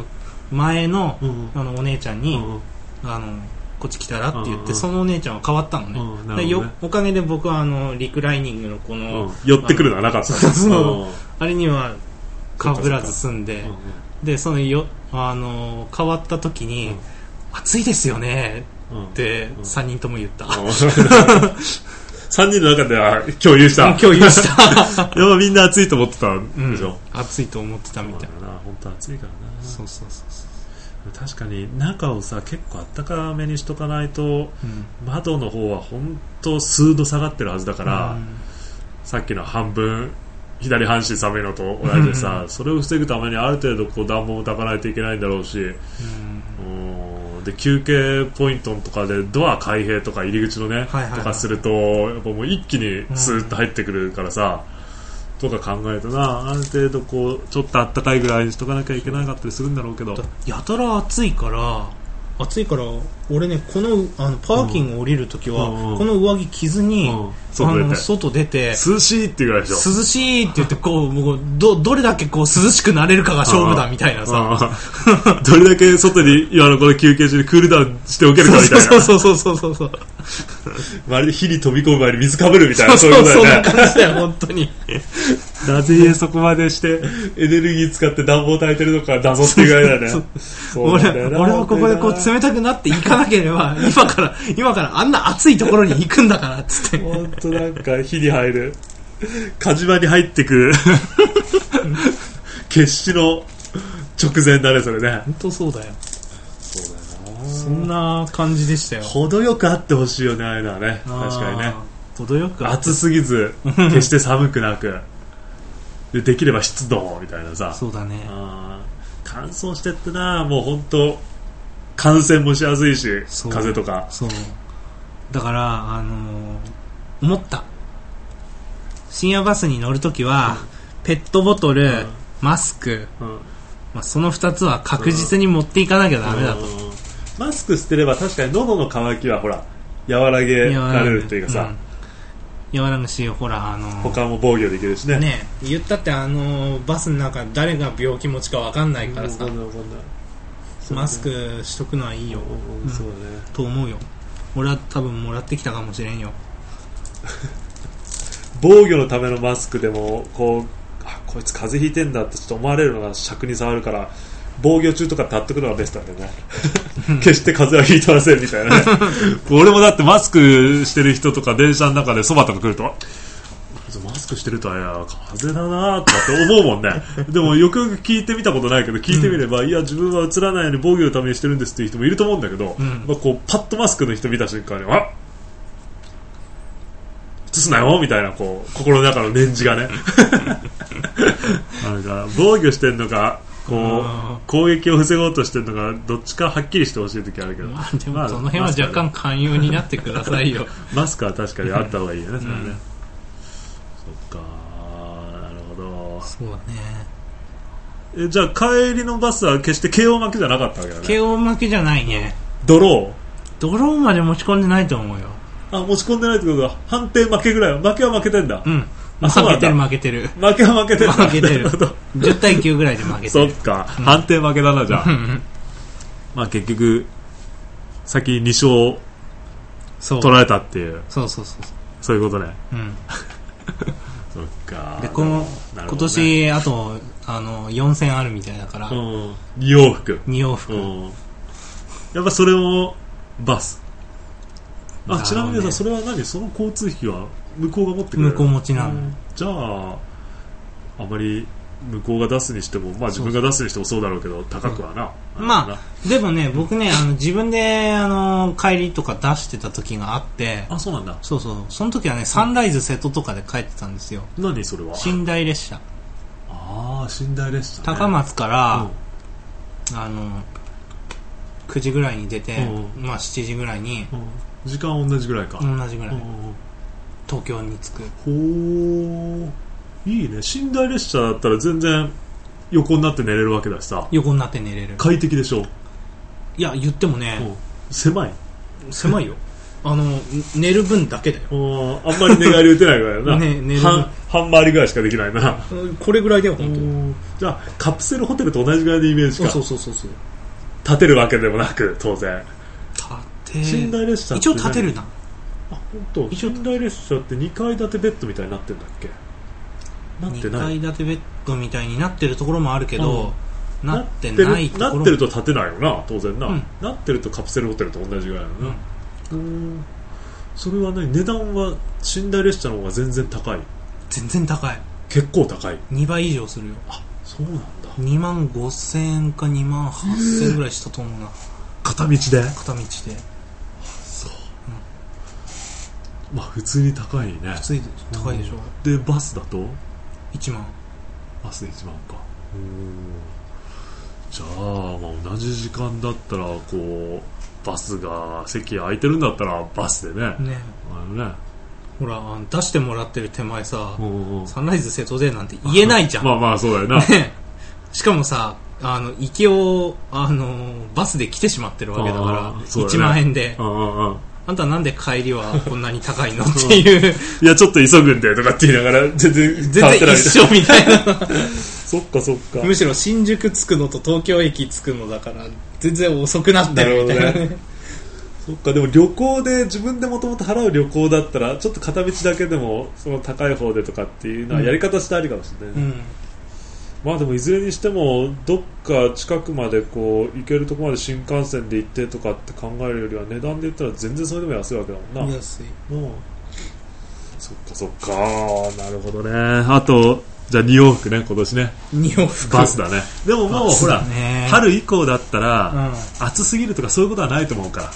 [SPEAKER 2] 前の,、
[SPEAKER 1] うんうん
[SPEAKER 2] あのお姉ちゃんに、
[SPEAKER 1] うんうん
[SPEAKER 2] あのこっち来たらって
[SPEAKER 1] う
[SPEAKER 2] 言って、
[SPEAKER 1] んうん
[SPEAKER 2] そのお姉ちゃんは変わったのね,で、
[SPEAKER 1] うんなるほどね
[SPEAKER 2] おかげで僕はあのリクライニングのこの、
[SPEAKER 1] うん寄ってくるのはなかった。
[SPEAKER 2] そうそう
[SPEAKER 1] うん
[SPEAKER 2] あれにはかぶらず済んで
[SPEAKER 1] うんうん
[SPEAKER 2] でそのよあの変わった時に、
[SPEAKER 1] うん
[SPEAKER 2] 暑いですよね
[SPEAKER 1] うん
[SPEAKER 2] って
[SPEAKER 1] うん
[SPEAKER 2] 3人とも言った、
[SPEAKER 1] 3人の中では共有した。
[SPEAKER 2] 共有した
[SPEAKER 1] でもみんな暑いと思ってた んでしょ。
[SPEAKER 2] 暑いと思ってたみ
[SPEAKER 1] そう
[SPEAKER 2] た
[SPEAKER 1] だ
[SPEAKER 2] い
[SPEAKER 1] よな本当暑いからな
[SPEAKER 2] なそうそうそうそ
[SPEAKER 1] 確かに中をさ結構あったかめにしとかないと
[SPEAKER 2] う、うん、
[SPEAKER 1] 窓の方は本当数度下がってるはずだから、
[SPEAKER 2] うん
[SPEAKER 1] さっきの半分左半身寒いのと同じで
[SPEAKER 2] う
[SPEAKER 1] さそれを防ぐためにある程度こう暖房も炊かないといけないんだろうし、
[SPEAKER 2] うん
[SPEAKER 1] うんで休憩ポイントとかでドア開閉とか入り口のね、
[SPEAKER 2] はいはいはい
[SPEAKER 1] とかするとやっぱもう一気にスーッと入ってくるからさ、とか考えるとなある程度こうちょっとあったかいぐらいにしとかなきゃいけなかったりするんだろうけど
[SPEAKER 2] だやたら暑いから暑いから俺ねこのあのパーキング降りるときは、
[SPEAKER 1] うんうん
[SPEAKER 2] この上着着ずに、
[SPEAKER 1] うん
[SPEAKER 2] あ
[SPEAKER 1] 外出
[SPEAKER 2] の
[SPEAKER 1] て
[SPEAKER 2] 外出て
[SPEAKER 1] 涼しいっていうぐらいでしょ
[SPEAKER 2] 涼しいって言ってこうもうどどれだけこう涼しくなれるかが勝負だみたいなさ
[SPEAKER 1] うん どれだけ外に今のこの休憩中にクールダウンしておけるかみたい
[SPEAKER 2] そう
[SPEAKER 1] な
[SPEAKER 2] そうそうそうそうそうそう
[SPEAKER 1] まるで火に飛び込む前に水かぶるみたいな
[SPEAKER 2] そ
[SPEAKER 1] そうういうこと
[SPEAKER 2] そん
[SPEAKER 1] だ
[SPEAKER 2] な
[SPEAKER 1] よね
[SPEAKER 2] 感じだよ本当に
[SPEAKER 1] なぜそこまでしてエネルギー使って暖房焚いてるのか謎っていうぐらいだよねそうなんだ
[SPEAKER 2] 俺
[SPEAKER 1] よな
[SPEAKER 2] 俺はここでこう冷たくなっていかなければ今から今からあんな暑いところに行くんだからっつって
[SPEAKER 1] 本当なんか火に入る火事場に入って く決死の直前だねそれね
[SPEAKER 2] 本当そうだよ
[SPEAKER 1] そうだよ
[SPEAKER 2] そんな感じでしたよ
[SPEAKER 1] 程よくあってほしいよねああいうのはね確かにね
[SPEAKER 2] あー程よく
[SPEAKER 1] 暑すぎず決して寒くなくでできれば湿度もみたいなさ
[SPEAKER 2] そうだね
[SPEAKER 1] あー乾燥してってなもう本当感染もしやすいし
[SPEAKER 2] そう
[SPEAKER 1] 風邪とか
[SPEAKER 2] そうだからあのー思った深夜バスに乗るときは、ペットボトル、
[SPEAKER 1] ん
[SPEAKER 2] マスク、
[SPEAKER 1] うん
[SPEAKER 2] まあ、その2つは確実に持っていかなきゃダメだと、
[SPEAKER 1] うんマスク捨てれば確かに喉の渇きはほら和らげ
[SPEAKER 2] 和
[SPEAKER 1] られるっていうかさ、
[SPEAKER 2] うん、和らぐしほらあのー
[SPEAKER 1] 他も防御できるしね
[SPEAKER 2] ね言ったってあのーバスの中誰が病気持ちか分かんないからさ
[SPEAKER 1] わんないわかんないそうね
[SPEAKER 2] マスクしとくのはいいよ
[SPEAKER 1] うんそうだね
[SPEAKER 2] と思うよ俺は多分もらってきたかもしれんよ
[SPEAKER 1] 防御のためのマスクでもこうあこいつ風邪ひいてんだってちょっと思われるのが尺に触るから防御中とか立っとくのがベストだよね 決して風邪はひいてませんみたいなね 俺もだってマスクしてる人とか電車の中でそばとか来るとあマスクしてるとあれや風邪だなとかって思うもんね でもよくよく聞いてみたことないけど聞いてみれば、いや自分は映らないように防御のためにしてるんですっていう人もいると思うんだけど、
[SPEAKER 2] ん
[SPEAKER 1] まあ、こうパッとマスクの人見た瞬間にあ映すなよみたいなこう心の中の念じが ねあるから防御してんのかこ
[SPEAKER 2] あ
[SPEAKER 1] う攻撃を防ごうとしてんのかどっちかはっきりしてほしい時あるけど、
[SPEAKER 2] まあで
[SPEAKER 1] ま
[SPEAKER 2] も
[SPEAKER 1] あ
[SPEAKER 2] その辺は
[SPEAKER 1] マスク
[SPEAKER 2] 若干寛容になってくださいよ
[SPEAKER 1] マスクは確かにあった方がいいよねそれはね、
[SPEAKER 2] うん
[SPEAKER 1] そっかなるほ
[SPEAKER 2] そうだね
[SPEAKER 1] どえじゃあ帰りのバスは決して KO 負けじゃなかったわけだね
[SPEAKER 2] KO 負けじゃないね
[SPEAKER 1] ドロ
[SPEAKER 2] ドローまで持ち込んでないと思うよ
[SPEAKER 1] ーあ持ち込んでないってことは判定負けぐらい負けは負けてんだ、
[SPEAKER 2] うん
[SPEAKER 1] あそう
[SPEAKER 2] 負
[SPEAKER 1] な
[SPEAKER 2] け
[SPEAKER 1] ん
[SPEAKER 2] て
[SPEAKER 1] だ
[SPEAKER 2] る負けてる
[SPEAKER 1] 負けは負けてんだ
[SPEAKER 2] 負けてる
[SPEAKER 1] なほど
[SPEAKER 2] 10対9ぐらいで負け
[SPEAKER 1] そ
[SPEAKER 2] て
[SPEAKER 1] っ
[SPEAKER 2] る
[SPEAKER 1] か、判定負けだな じゃあ
[SPEAKER 2] ん
[SPEAKER 1] まあ結局先に2勝
[SPEAKER 2] そう
[SPEAKER 1] 取られたっていう
[SPEAKER 2] そうそうそうそ
[SPEAKER 1] そういうことね
[SPEAKER 2] う、うん、
[SPEAKER 1] そっか
[SPEAKER 2] でこの
[SPEAKER 1] なる
[SPEAKER 2] 今
[SPEAKER 1] ほどね
[SPEAKER 2] 年あとあの4戦あるみたいだから、
[SPEAKER 1] うん二往復
[SPEAKER 2] 二2往
[SPEAKER 1] う
[SPEAKER 2] 復、
[SPEAKER 1] んやっぱそれもバス
[SPEAKER 2] な
[SPEAKER 1] あ
[SPEAKER 2] るほどね
[SPEAKER 1] ちなみにさそれは何その交通費は向こうが持ってくれる
[SPEAKER 2] 向こう持ちなの、
[SPEAKER 1] じゃああまり向こうが出すにしても、まあ、自分が出すにしてもそうだろうけど高くはな、
[SPEAKER 2] うんまでもね、僕ね、あの自分であの帰りとか出してた時があって、
[SPEAKER 1] ああそうなんだ
[SPEAKER 2] そうそう、その時はね、サンライズ瀬戸とかで帰ってたんですよ。
[SPEAKER 1] 何それは
[SPEAKER 2] 寝台列車。
[SPEAKER 1] ああ寝台列車、ね、
[SPEAKER 2] 高松から、あの、9時ぐらいに出て、
[SPEAKER 1] う
[SPEAKER 2] まあ7時ぐらいに、
[SPEAKER 1] うん、うん時間同じぐらいか、
[SPEAKER 2] 同じぐら
[SPEAKER 1] う
[SPEAKER 2] い、
[SPEAKER 1] ん
[SPEAKER 2] 東京に着く。
[SPEAKER 1] ほういいね寝台列車だったら全然横になって寝れるわけだしさ
[SPEAKER 2] 横になって寝れる。
[SPEAKER 1] 快適でしょ
[SPEAKER 2] いや、言ってもね、
[SPEAKER 1] 狭い
[SPEAKER 2] 狭いよ。あの、寝る分だけだよ。
[SPEAKER 1] うんあんまり寝返り打てないぐらいだな、
[SPEAKER 2] ね寝れる
[SPEAKER 1] 半半回りぐらいしかできないな
[SPEAKER 2] これぐらいだよ、本当に。
[SPEAKER 1] じゃあカプセルホテルと同じぐらいのイメージ
[SPEAKER 2] そう
[SPEAKER 1] か
[SPEAKER 2] そうそうそうそう。
[SPEAKER 1] 立てるわけでもなく当然
[SPEAKER 2] 立て
[SPEAKER 1] 寝台列車って
[SPEAKER 2] 一応
[SPEAKER 1] 何
[SPEAKER 2] 立てるな。
[SPEAKER 1] あ本当。
[SPEAKER 2] 一応
[SPEAKER 1] 寝台列車って2階建てベッドみたいになってんだっけなって
[SPEAKER 2] 2
[SPEAKER 1] ない
[SPEAKER 2] 階建てベッドみたいになってるところもあるけど、なって
[SPEAKER 1] なっ
[SPEAKER 2] ない
[SPEAKER 1] て
[SPEAKER 2] と
[SPEAKER 1] る
[SPEAKER 2] ころ
[SPEAKER 1] な
[SPEAKER 2] も
[SPEAKER 1] ってると立てないよな当然な、
[SPEAKER 2] うん
[SPEAKER 1] なってるとカプセルホテルと同じぐらいだな、うんそれはね値段は寝台列車の方が全然高い
[SPEAKER 2] 全然高い
[SPEAKER 1] 結構高い
[SPEAKER 2] 2倍以上するよ
[SPEAKER 1] そうなんだ
[SPEAKER 2] 2万5000円か2万8000円ぐらいしたと思うな
[SPEAKER 1] 片道で
[SPEAKER 2] 片道で
[SPEAKER 1] そう、まあ普通に高いね
[SPEAKER 2] ついで高いでしょ
[SPEAKER 1] でバスだと
[SPEAKER 2] 1万
[SPEAKER 1] バス1万かじゃあ,、まあ同じ時間だったらこうバスが席空いてるんだったらバスでね、
[SPEAKER 2] ね
[SPEAKER 1] あのね
[SPEAKER 2] ほらあの出してもらってる手前さ
[SPEAKER 1] うんうん
[SPEAKER 2] サンライズ瀬戸でなんて言えないじゃん、
[SPEAKER 1] まあまあそうだよな
[SPEAKER 2] ねしかもさあの池をあのバスで来てしまってるわけだから
[SPEAKER 1] あーそうだね
[SPEAKER 2] 1万円で
[SPEAKER 1] うんうんうん
[SPEAKER 2] あんたなんで帰りはこんなに高いのっていう
[SPEAKER 1] いやちょっと急ぐんでとかって言いながら全然
[SPEAKER 2] 全
[SPEAKER 1] 変わ
[SPEAKER 2] 然
[SPEAKER 1] ってない
[SPEAKER 2] 一緒みたいな
[SPEAKER 1] そっかそっか
[SPEAKER 2] むしろ新宿着くのと東京駅着くのだから全然遅くなったよみたいな
[SPEAKER 1] なるほどねそっかでも旅行で自分でもともと払う旅行だったらちょっと片道だけでもその高い方でとかっていうのはやり方してありかもしれないね、
[SPEAKER 2] うん
[SPEAKER 1] まあでもいずれにしてもどっか近くまでこう行けるとこまで新幹線で行ってとかって考えるよりは値段で言ったら全然それでも安いわけだもんな、
[SPEAKER 2] 安い
[SPEAKER 1] うん、そっかそっかなるほどねあとじゃあ2往復ね今年ね
[SPEAKER 2] 2往復
[SPEAKER 1] バスだねでももうほら、
[SPEAKER 2] ね
[SPEAKER 1] 春以降だった
[SPEAKER 2] う
[SPEAKER 1] ら
[SPEAKER 2] ん、
[SPEAKER 1] 暑すぎるとかそういうことはないと思うから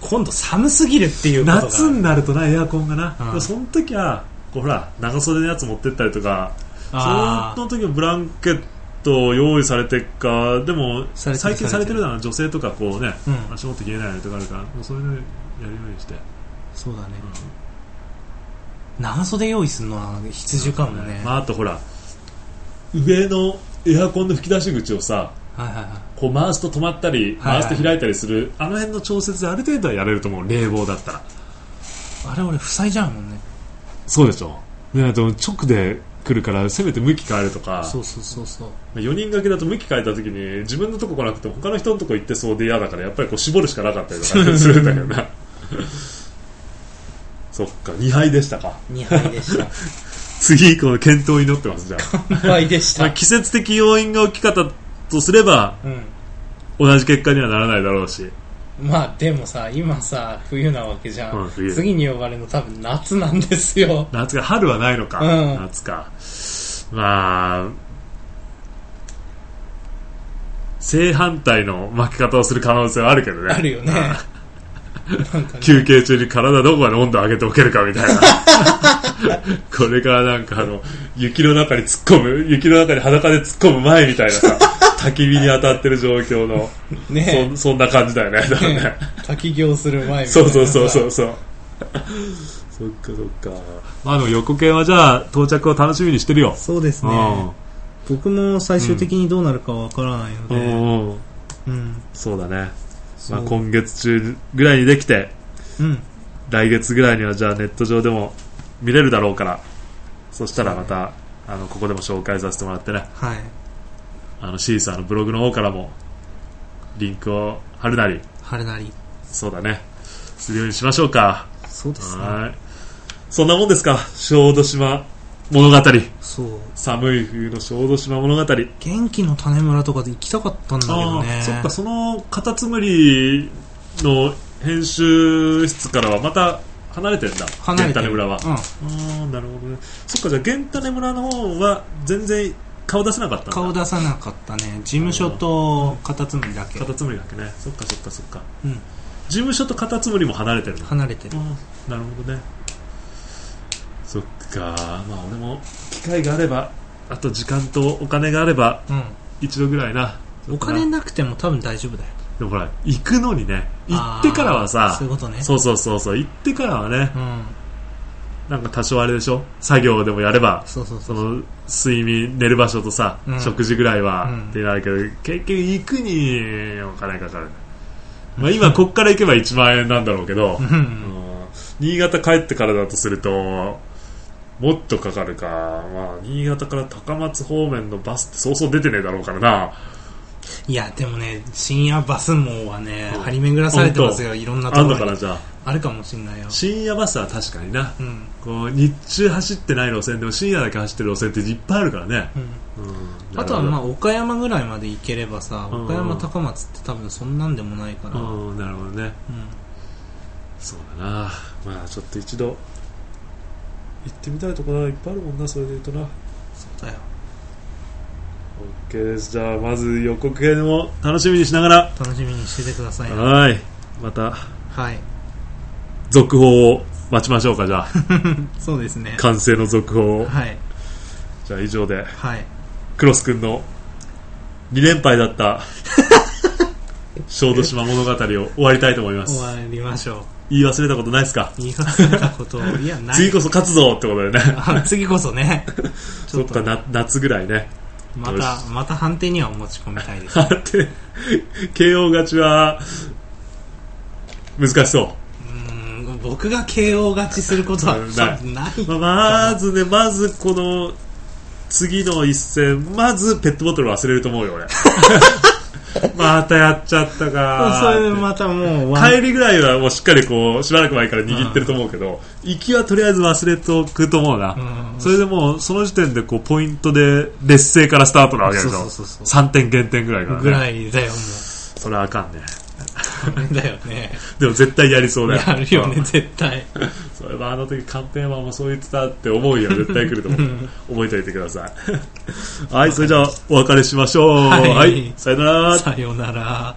[SPEAKER 2] 今度寒すぎるっていうことが
[SPEAKER 1] 夏になるとなエアコンがな、
[SPEAKER 2] うん
[SPEAKER 1] でもその時はこうほら長袖のやつ持ってったりとか
[SPEAKER 2] あ
[SPEAKER 1] その時はブランケットを用意されてっかでも
[SPEAKER 2] されて
[SPEAKER 1] 最
[SPEAKER 2] る
[SPEAKER 1] 近されてるのは女性とかこうね、
[SPEAKER 2] うん
[SPEAKER 1] 足元冷えないとかあるからもうそういうのやるようにして
[SPEAKER 2] そうだね、長袖用意するのは必需かもね、
[SPEAKER 1] まあ、あとほら上のエアコンの吹き出し口をさ
[SPEAKER 2] はいはいはい
[SPEAKER 1] こう回すと止まったり
[SPEAKER 2] はいはい
[SPEAKER 1] 回すと開いたりする、あの辺の調節である程度はやれると思う冷房だったら
[SPEAKER 2] あれ俺塞いじゃうもんね
[SPEAKER 1] そうでしょであと直で来るからせめて向き変えるとか
[SPEAKER 2] そうそうそう そう
[SPEAKER 1] 4人掛けだと向き変えた時に自分のとこ来なくても他の人のとこ行ってそうで嫌だからやっぱりこう絞るしかなかったりとかするんだけどな そっか2杯でしたか
[SPEAKER 2] 2杯でした
[SPEAKER 1] 次以降の検討に乗ってますじゃ あ
[SPEAKER 2] 2杯でし
[SPEAKER 1] まあ季節的要因が大きかったとすれば
[SPEAKER 2] うん
[SPEAKER 1] 同じ結果にはならないだろうし
[SPEAKER 2] まあでもさ今さ冬なわけじゃん、
[SPEAKER 1] うん冬
[SPEAKER 2] 次に呼ばれるの多分夏なんです よ
[SPEAKER 1] 夏か春はないのか、
[SPEAKER 2] うん
[SPEAKER 1] 夏かまあ正反対の巻き方をする可能性はあるけどね
[SPEAKER 2] あるよねなんかね
[SPEAKER 1] 休憩中に体どこまで温度上げておけるかみたい なこれからなんかあの雪の中に突っ込む雪の中に裸で突っ込む前みたいなさ焚き火に当たってる状況の
[SPEAKER 2] ね
[SPEAKER 1] そそんな感じだよね多分ね
[SPEAKER 2] ね滝行する前みたいな
[SPEAKER 1] そうそうそうそううそうそっかそっか まあでも横犬はじゃあ到着を楽しみにしてるよ、
[SPEAKER 2] そうですね僕も最終的にどうなるかわからない
[SPEAKER 1] う
[SPEAKER 2] ので、
[SPEAKER 1] ん
[SPEAKER 2] うん
[SPEAKER 1] うんうんそうだね、まあ、
[SPEAKER 2] そう
[SPEAKER 1] 今月中ぐらいにできて
[SPEAKER 2] うん
[SPEAKER 1] 来月ぐらいにはじゃあネット上でも見れるだろうからそしたらまたあのここでも紹介させてもらってね
[SPEAKER 2] はい
[SPEAKER 1] あのシーサーのブログの方からもリンクを貼るなり
[SPEAKER 2] 春なり
[SPEAKER 1] そうだねするようにしましょうか
[SPEAKER 2] そうですね
[SPEAKER 1] はいそんなもんですか小豆島物語
[SPEAKER 2] そう
[SPEAKER 1] 寒い冬の小豆島物語
[SPEAKER 2] 元気の種村とかで行きたかったんだけどね
[SPEAKER 1] そっかそのカタツムリの編集室からはまた離れてんだ
[SPEAKER 2] 離れて
[SPEAKER 1] 源
[SPEAKER 2] る
[SPEAKER 1] 種村は
[SPEAKER 2] う
[SPEAKER 1] あーなるほどねそっかじゃあ源種村の方は全然顔出せなかったんだ
[SPEAKER 2] 顔出さなかったね事務所とカタツムリだけ、
[SPEAKER 1] カタツムリだっけねそっかそっかそっか、
[SPEAKER 2] うん
[SPEAKER 1] 事務所とカタツムリも離れてるの
[SPEAKER 2] 離れてる
[SPEAKER 1] ああなるほどねそっかまあ俺も機会があればあと時間とお金があれば
[SPEAKER 2] うん
[SPEAKER 1] 一度ぐらいな
[SPEAKER 2] お金なくても多分大丈夫だよ
[SPEAKER 1] でもほら行くのにね行ってからは
[SPEAKER 2] あー
[SPEAKER 1] さ
[SPEAKER 2] そういうことね
[SPEAKER 1] そうそうそうそう行ってからはね
[SPEAKER 2] うん
[SPEAKER 1] なんか多少あれでしょ作業でもやれば
[SPEAKER 2] そうそう
[SPEAKER 1] そ
[SPEAKER 2] そ
[SPEAKER 1] うの睡眠寝る場所とさ、
[SPEAKER 2] うん
[SPEAKER 1] 食事ぐらいは、
[SPEAKER 2] うん
[SPEAKER 1] ってなるけど結局行くにお金かかる、まあ、今こっから行けば1万円なんだろうけど、
[SPEAKER 2] うん
[SPEAKER 1] うん新潟帰ってからだとするともっとかかるか、まあ、新潟から高松方面のバスってそうそう出てねえだろうからない
[SPEAKER 2] やでもね深夜バス網はね
[SPEAKER 1] うん
[SPEAKER 2] 張り巡らされてますよいろんなと
[SPEAKER 1] あんの
[SPEAKER 2] こ
[SPEAKER 1] か
[SPEAKER 2] ろ
[SPEAKER 1] な
[SPEAKER 2] に
[SPEAKER 1] じゃあ
[SPEAKER 2] あるかもしんないよ
[SPEAKER 1] 深夜バスは確かにな
[SPEAKER 2] うん
[SPEAKER 1] こう日中走ってない路線でも深夜だけ走ってる路線っていっぱいあるからね、
[SPEAKER 2] うん
[SPEAKER 1] うん
[SPEAKER 2] あとはまあ
[SPEAKER 1] あ
[SPEAKER 2] 岡山ぐらいまで行ければさ
[SPEAKER 1] うん
[SPEAKER 2] 岡山高松って多分そんなんでもないから、うん
[SPEAKER 1] うんなるほどねそうだなまあちょっと一度行ってみたいところいっぱいあるもんなそれで言うとな
[SPEAKER 2] そうだよ
[SPEAKER 1] OK ですじゃあまず予告編を楽しみにしながら
[SPEAKER 2] 楽しみにしててくださいね
[SPEAKER 1] はいまた
[SPEAKER 2] はい
[SPEAKER 1] 続報を待ちましょうかじゃあ
[SPEAKER 2] そうですね
[SPEAKER 1] 完成の続報を
[SPEAKER 2] はい
[SPEAKER 1] じゃあ以上で
[SPEAKER 2] はい
[SPEAKER 1] クロス君の2連敗だった 小豆島物語を終わりたいと思いま
[SPEAKER 2] 終
[SPEAKER 1] す
[SPEAKER 2] わりましょう
[SPEAKER 1] 言い忘れたことないですか
[SPEAKER 2] 言い忘れたことをいやな い
[SPEAKER 1] 次こそ勝つぞってことでね
[SPEAKER 2] あ次こそねち
[SPEAKER 1] そ
[SPEAKER 2] ょ
[SPEAKER 1] っ
[SPEAKER 2] っ
[SPEAKER 1] か
[SPEAKER 2] と
[SPEAKER 1] な夏ぐらいね
[SPEAKER 2] ま
[SPEAKER 1] よ
[SPEAKER 2] た
[SPEAKER 1] し
[SPEAKER 2] また判定には持ち込み たいです
[SPEAKER 1] だって KO 勝ちは難しそう
[SPEAKER 2] うん僕が KO 勝ちす ることは
[SPEAKER 1] うん
[SPEAKER 2] 多分ない
[SPEAKER 1] まあまずね、まずこの次の一戦、まずペットボトル忘れると思うよ、 俺。またやっちゃった
[SPEAKER 2] それで
[SPEAKER 1] か。
[SPEAKER 2] またもう
[SPEAKER 1] 帰りぐらいはもうしっかりこう、しばらく前から握ってると思うけど、行きはとりあえず忘れとくと思うな。
[SPEAKER 2] うん
[SPEAKER 1] それでもう、その時点でこう、ポイントで劣勢からスタートなわけでし
[SPEAKER 2] そう
[SPEAKER 1] ょ。
[SPEAKER 2] そうそうそう
[SPEAKER 1] 3点減点ぐらいから、ね。
[SPEAKER 2] ぐらいだよ
[SPEAKER 1] それはあかんね。
[SPEAKER 2] もうダメだよね
[SPEAKER 1] でも絶対やりそうだよ。
[SPEAKER 2] やるよ
[SPEAKER 1] う
[SPEAKER 2] ね
[SPEAKER 1] ん
[SPEAKER 2] 絶対
[SPEAKER 1] それはあの時カンペンマンもそう言ってたって思うよ絶対来ると思う覚えておいてくださいはいそれじゃあお別れしましょう
[SPEAKER 2] はい
[SPEAKER 1] はい、さよなら
[SPEAKER 2] さよなら